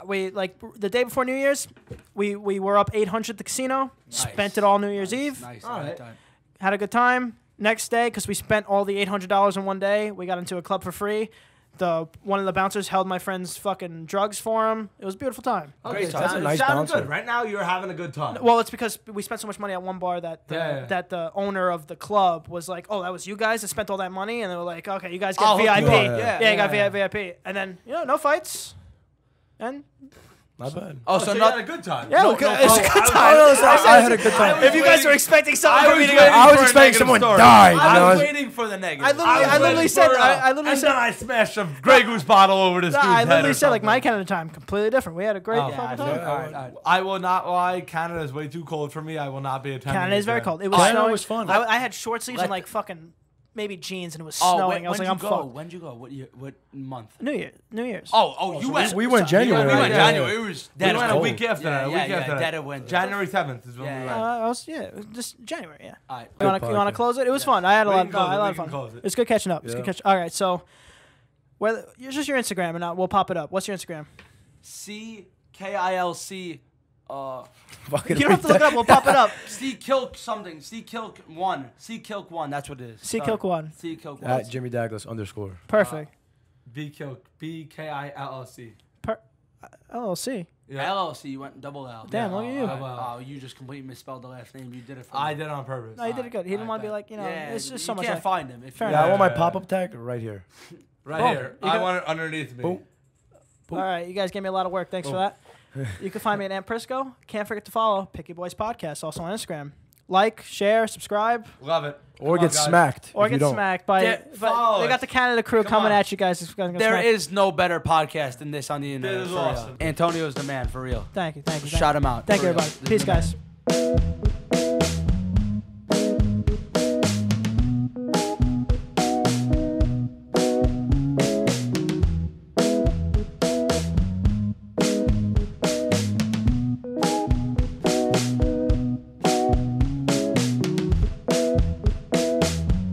Speaker 4: Uh, We like the day before New Year's, we we were up 800 at the casino, spent it all New Year's Eve,
Speaker 1: Nice.
Speaker 2: All
Speaker 1: I had
Speaker 2: right.
Speaker 1: time.
Speaker 4: had a good time. Next day, because we spent all the $800 in one day, we got into a club for free. The one of the bouncers held my friend's fucking drugs for him. It was a beautiful time.
Speaker 1: Great
Speaker 2: Okay,
Speaker 1: time.
Speaker 2: sound-
Speaker 1: That's a
Speaker 3: nice
Speaker 2: sounded
Speaker 3: bouncer.
Speaker 2: good. Right now, you're having a good time.
Speaker 4: Well, it's because we spent so much money at one bar that the,
Speaker 2: Yeah, yeah.
Speaker 4: that the owner of the club was like, "Oh, that was you guys that spent all that money," and they were like, Oh, "Okay, you guys get
Speaker 1: I'll hook you
Speaker 4: VIP."
Speaker 1: up.
Speaker 4: yeah,
Speaker 1: Yeah,
Speaker 4: you got
Speaker 2: yeah.
Speaker 4: VIP, and then you know, no fights, and
Speaker 3: Not bad.
Speaker 1: Oh,
Speaker 2: so,
Speaker 1: so,
Speaker 2: you
Speaker 1: not.
Speaker 2: had a good time.
Speaker 4: yeah, okay, it's
Speaker 2: no,
Speaker 4: a good
Speaker 2: I was-
Speaker 4: time.
Speaker 3: I was- I had a good time.
Speaker 4: If you guys are expecting something from me to
Speaker 2: waiting-
Speaker 4: go,
Speaker 3: I was
Speaker 2: for a
Speaker 3: expecting
Speaker 2: negative
Speaker 3: someone
Speaker 2: story.
Speaker 3: died.
Speaker 1: I
Speaker 3: I
Speaker 1: was
Speaker 3: was-
Speaker 1: waiting for the negative.
Speaker 4: I literally- I
Speaker 2: was
Speaker 4: literally
Speaker 2: waiting
Speaker 4: said-
Speaker 2: for, uh,
Speaker 4: I- I literally
Speaker 2: and
Speaker 4: said-
Speaker 2: then I smashed a Grey Goose bottle over this
Speaker 4: Nah,
Speaker 2: dude's
Speaker 4: I
Speaker 2: head
Speaker 4: literally
Speaker 2: or
Speaker 4: said like
Speaker 2: something.
Speaker 4: my kind of time, completely different. We had a great
Speaker 2: Oh,
Speaker 4: fucking
Speaker 2: yeah, I
Speaker 4: time.
Speaker 2: know.
Speaker 1: All right, all right.
Speaker 2: I will not lie. Canada is way too cold for me. I will not be attending.
Speaker 4: Canada is very
Speaker 2: again.
Speaker 4: cold. It was
Speaker 3: Canada
Speaker 4: snowing.
Speaker 3: was fun.
Speaker 4: I, I had short sleeves and
Speaker 1: Let-
Speaker 4: like fucking maybe jeans, and it was
Speaker 1: Oh,
Speaker 4: snowing.
Speaker 1: when,
Speaker 4: I was like,
Speaker 1: when'd
Speaker 4: I'm
Speaker 1: you go?
Speaker 4: fucked.
Speaker 1: When'd you go? What year? What month?
Speaker 4: New Year, New Year's.
Speaker 1: Oh, oh, you went.
Speaker 3: We went
Speaker 1: You
Speaker 3: January.
Speaker 1: went, we went
Speaker 3: yeah, yeah.
Speaker 1: January. It was
Speaker 2: We
Speaker 1: dead
Speaker 2: went a
Speaker 1: cold.
Speaker 2: week after that.
Speaker 1: Yeah,
Speaker 2: A week
Speaker 1: yeah,
Speaker 2: after
Speaker 1: yeah,
Speaker 2: that.
Speaker 1: dead of winter.
Speaker 2: January seventh is when
Speaker 1: Yeah,
Speaker 2: we
Speaker 4: Uh,
Speaker 1: yeah.
Speaker 2: went.
Speaker 4: I was yeah, it was just January. Yeah.
Speaker 1: All right.
Speaker 4: You want to you want to
Speaker 3: podcast.
Speaker 4: close it? It was fun. I had a
Speaker 2: We
Speaker 4: lot
Speaker 2: can
Speaker 4: of
Speaker 2: close it.
Speaker 4: fun. I had a
Speaker 2: We
Speaker 4: lot of
Speaker 2: can
Speaker 4: fun.
Speaker 2: close it.
Speaker 4: It's good catching up. It's good
Speaker 3: Yeah.
Speaker 4: catch. All right, so whether it's just your Instagram and I, we'll pop it up. What's your Instagram?
Speaker 1: C K I L C. Uh,
Speaker 3: Fucking
Speaker 4: You don't have to look it up. We'll pop it up.
Speaker 1: C Kilk something. C Kilk one. C Kilk one. That's what it is.
Speaker 4: See
Speaker 1: Sorry.
Speaker 4: Kilk one.
Speaker 1: C Kilk one.
Speaker 3: At Jimmy Douglas underscore.
Speaker 2: Uh,
Speaker 4: Perfect.
Speaker 2: B K B K I L L C.
Speaker 4: Per- LLC.
Speaker 2: Yeah.
Speaker 1: LLC. You went double L.
Speaker 4: Damn, look at you.
Speaker 1: Oh, wow. you just completely misspelled the last name. You did it. For
Speaker 2: I
Speaker 1: me.
Speaker 2: did it on purpose.
Speaker 4: No, Oh, he did it good. He didn't
Speaker 1: I
Speaker 4: want to be
Speaker 1: bet.
Speaker 4: like you know.
Speaker 1: Yeah,
Speaker 4: it's just
Speaker 1: you
Speaker 4: so much.
Speaker 1: can't
Speaker 4: like-
Speaker 1: find him. If
Speaker 4: Fair
Speaker 1: you-
Speaker 3: Yeah, I want my
Speaker 2: Yeah.
Speaker 3: pop up tag right here.
Speaker 2: right
Speaker 4: Boom.
Speaker 2: here.
Speaker 4: You
Speaker 2: I
Speaker 4: got-
Speaker 2: want it underneath me.
Speaker 3: Boom.
Speaker 4: All right, you guys gave me a lot of work. Thanks
Speaker 3: Oh.
Speaker 4: for that. You can find me at Aunt Prisco. Can't forget to follow Picky Boys Podcast, also on Instagram. Like, share, subscribe,
Speaker 2: Love it.
Speaker 3: Or
Speaker 2: Come on,
Speaker 3: get
Speaker 2: guys.
Speaker 3: smacked.
Speaker 4: or
Speaker 3: if you
Speaker 4: get
Speaker 3: don't.
Speaker 4: smacked by.
Speaker 1: Yeah,
Speaker 4: but
Speaker 2: follow
Speaker 4: they got
Speaker 2: us.
Speaker 4: the Canada crew
Speaker 2: Come
Speaker 4: coming
Speaker 2: on.
Speaker 4: at you guys. It's gonna
Speaker 1: There
Speaker 4: smack-
Speaker 1: is no better podcast than this on the internet.
Speaker 2: This is
Speaker 1: for real.
Speaker 2: awesome.
Speaker 1: Antonio's the man for real.
Speaker 4: Thank you. Thank you. Thank you.
Speaker 1: Shout him out.
Speaker 4: Thank
Speaker 1: For
Speaker 4: you,
Speaker 1: real.
Speaker 4: everybody.
Speaker 1: This is
Speaker 4: Peace,
Speaker 1: the man.
Speaker 4: guys.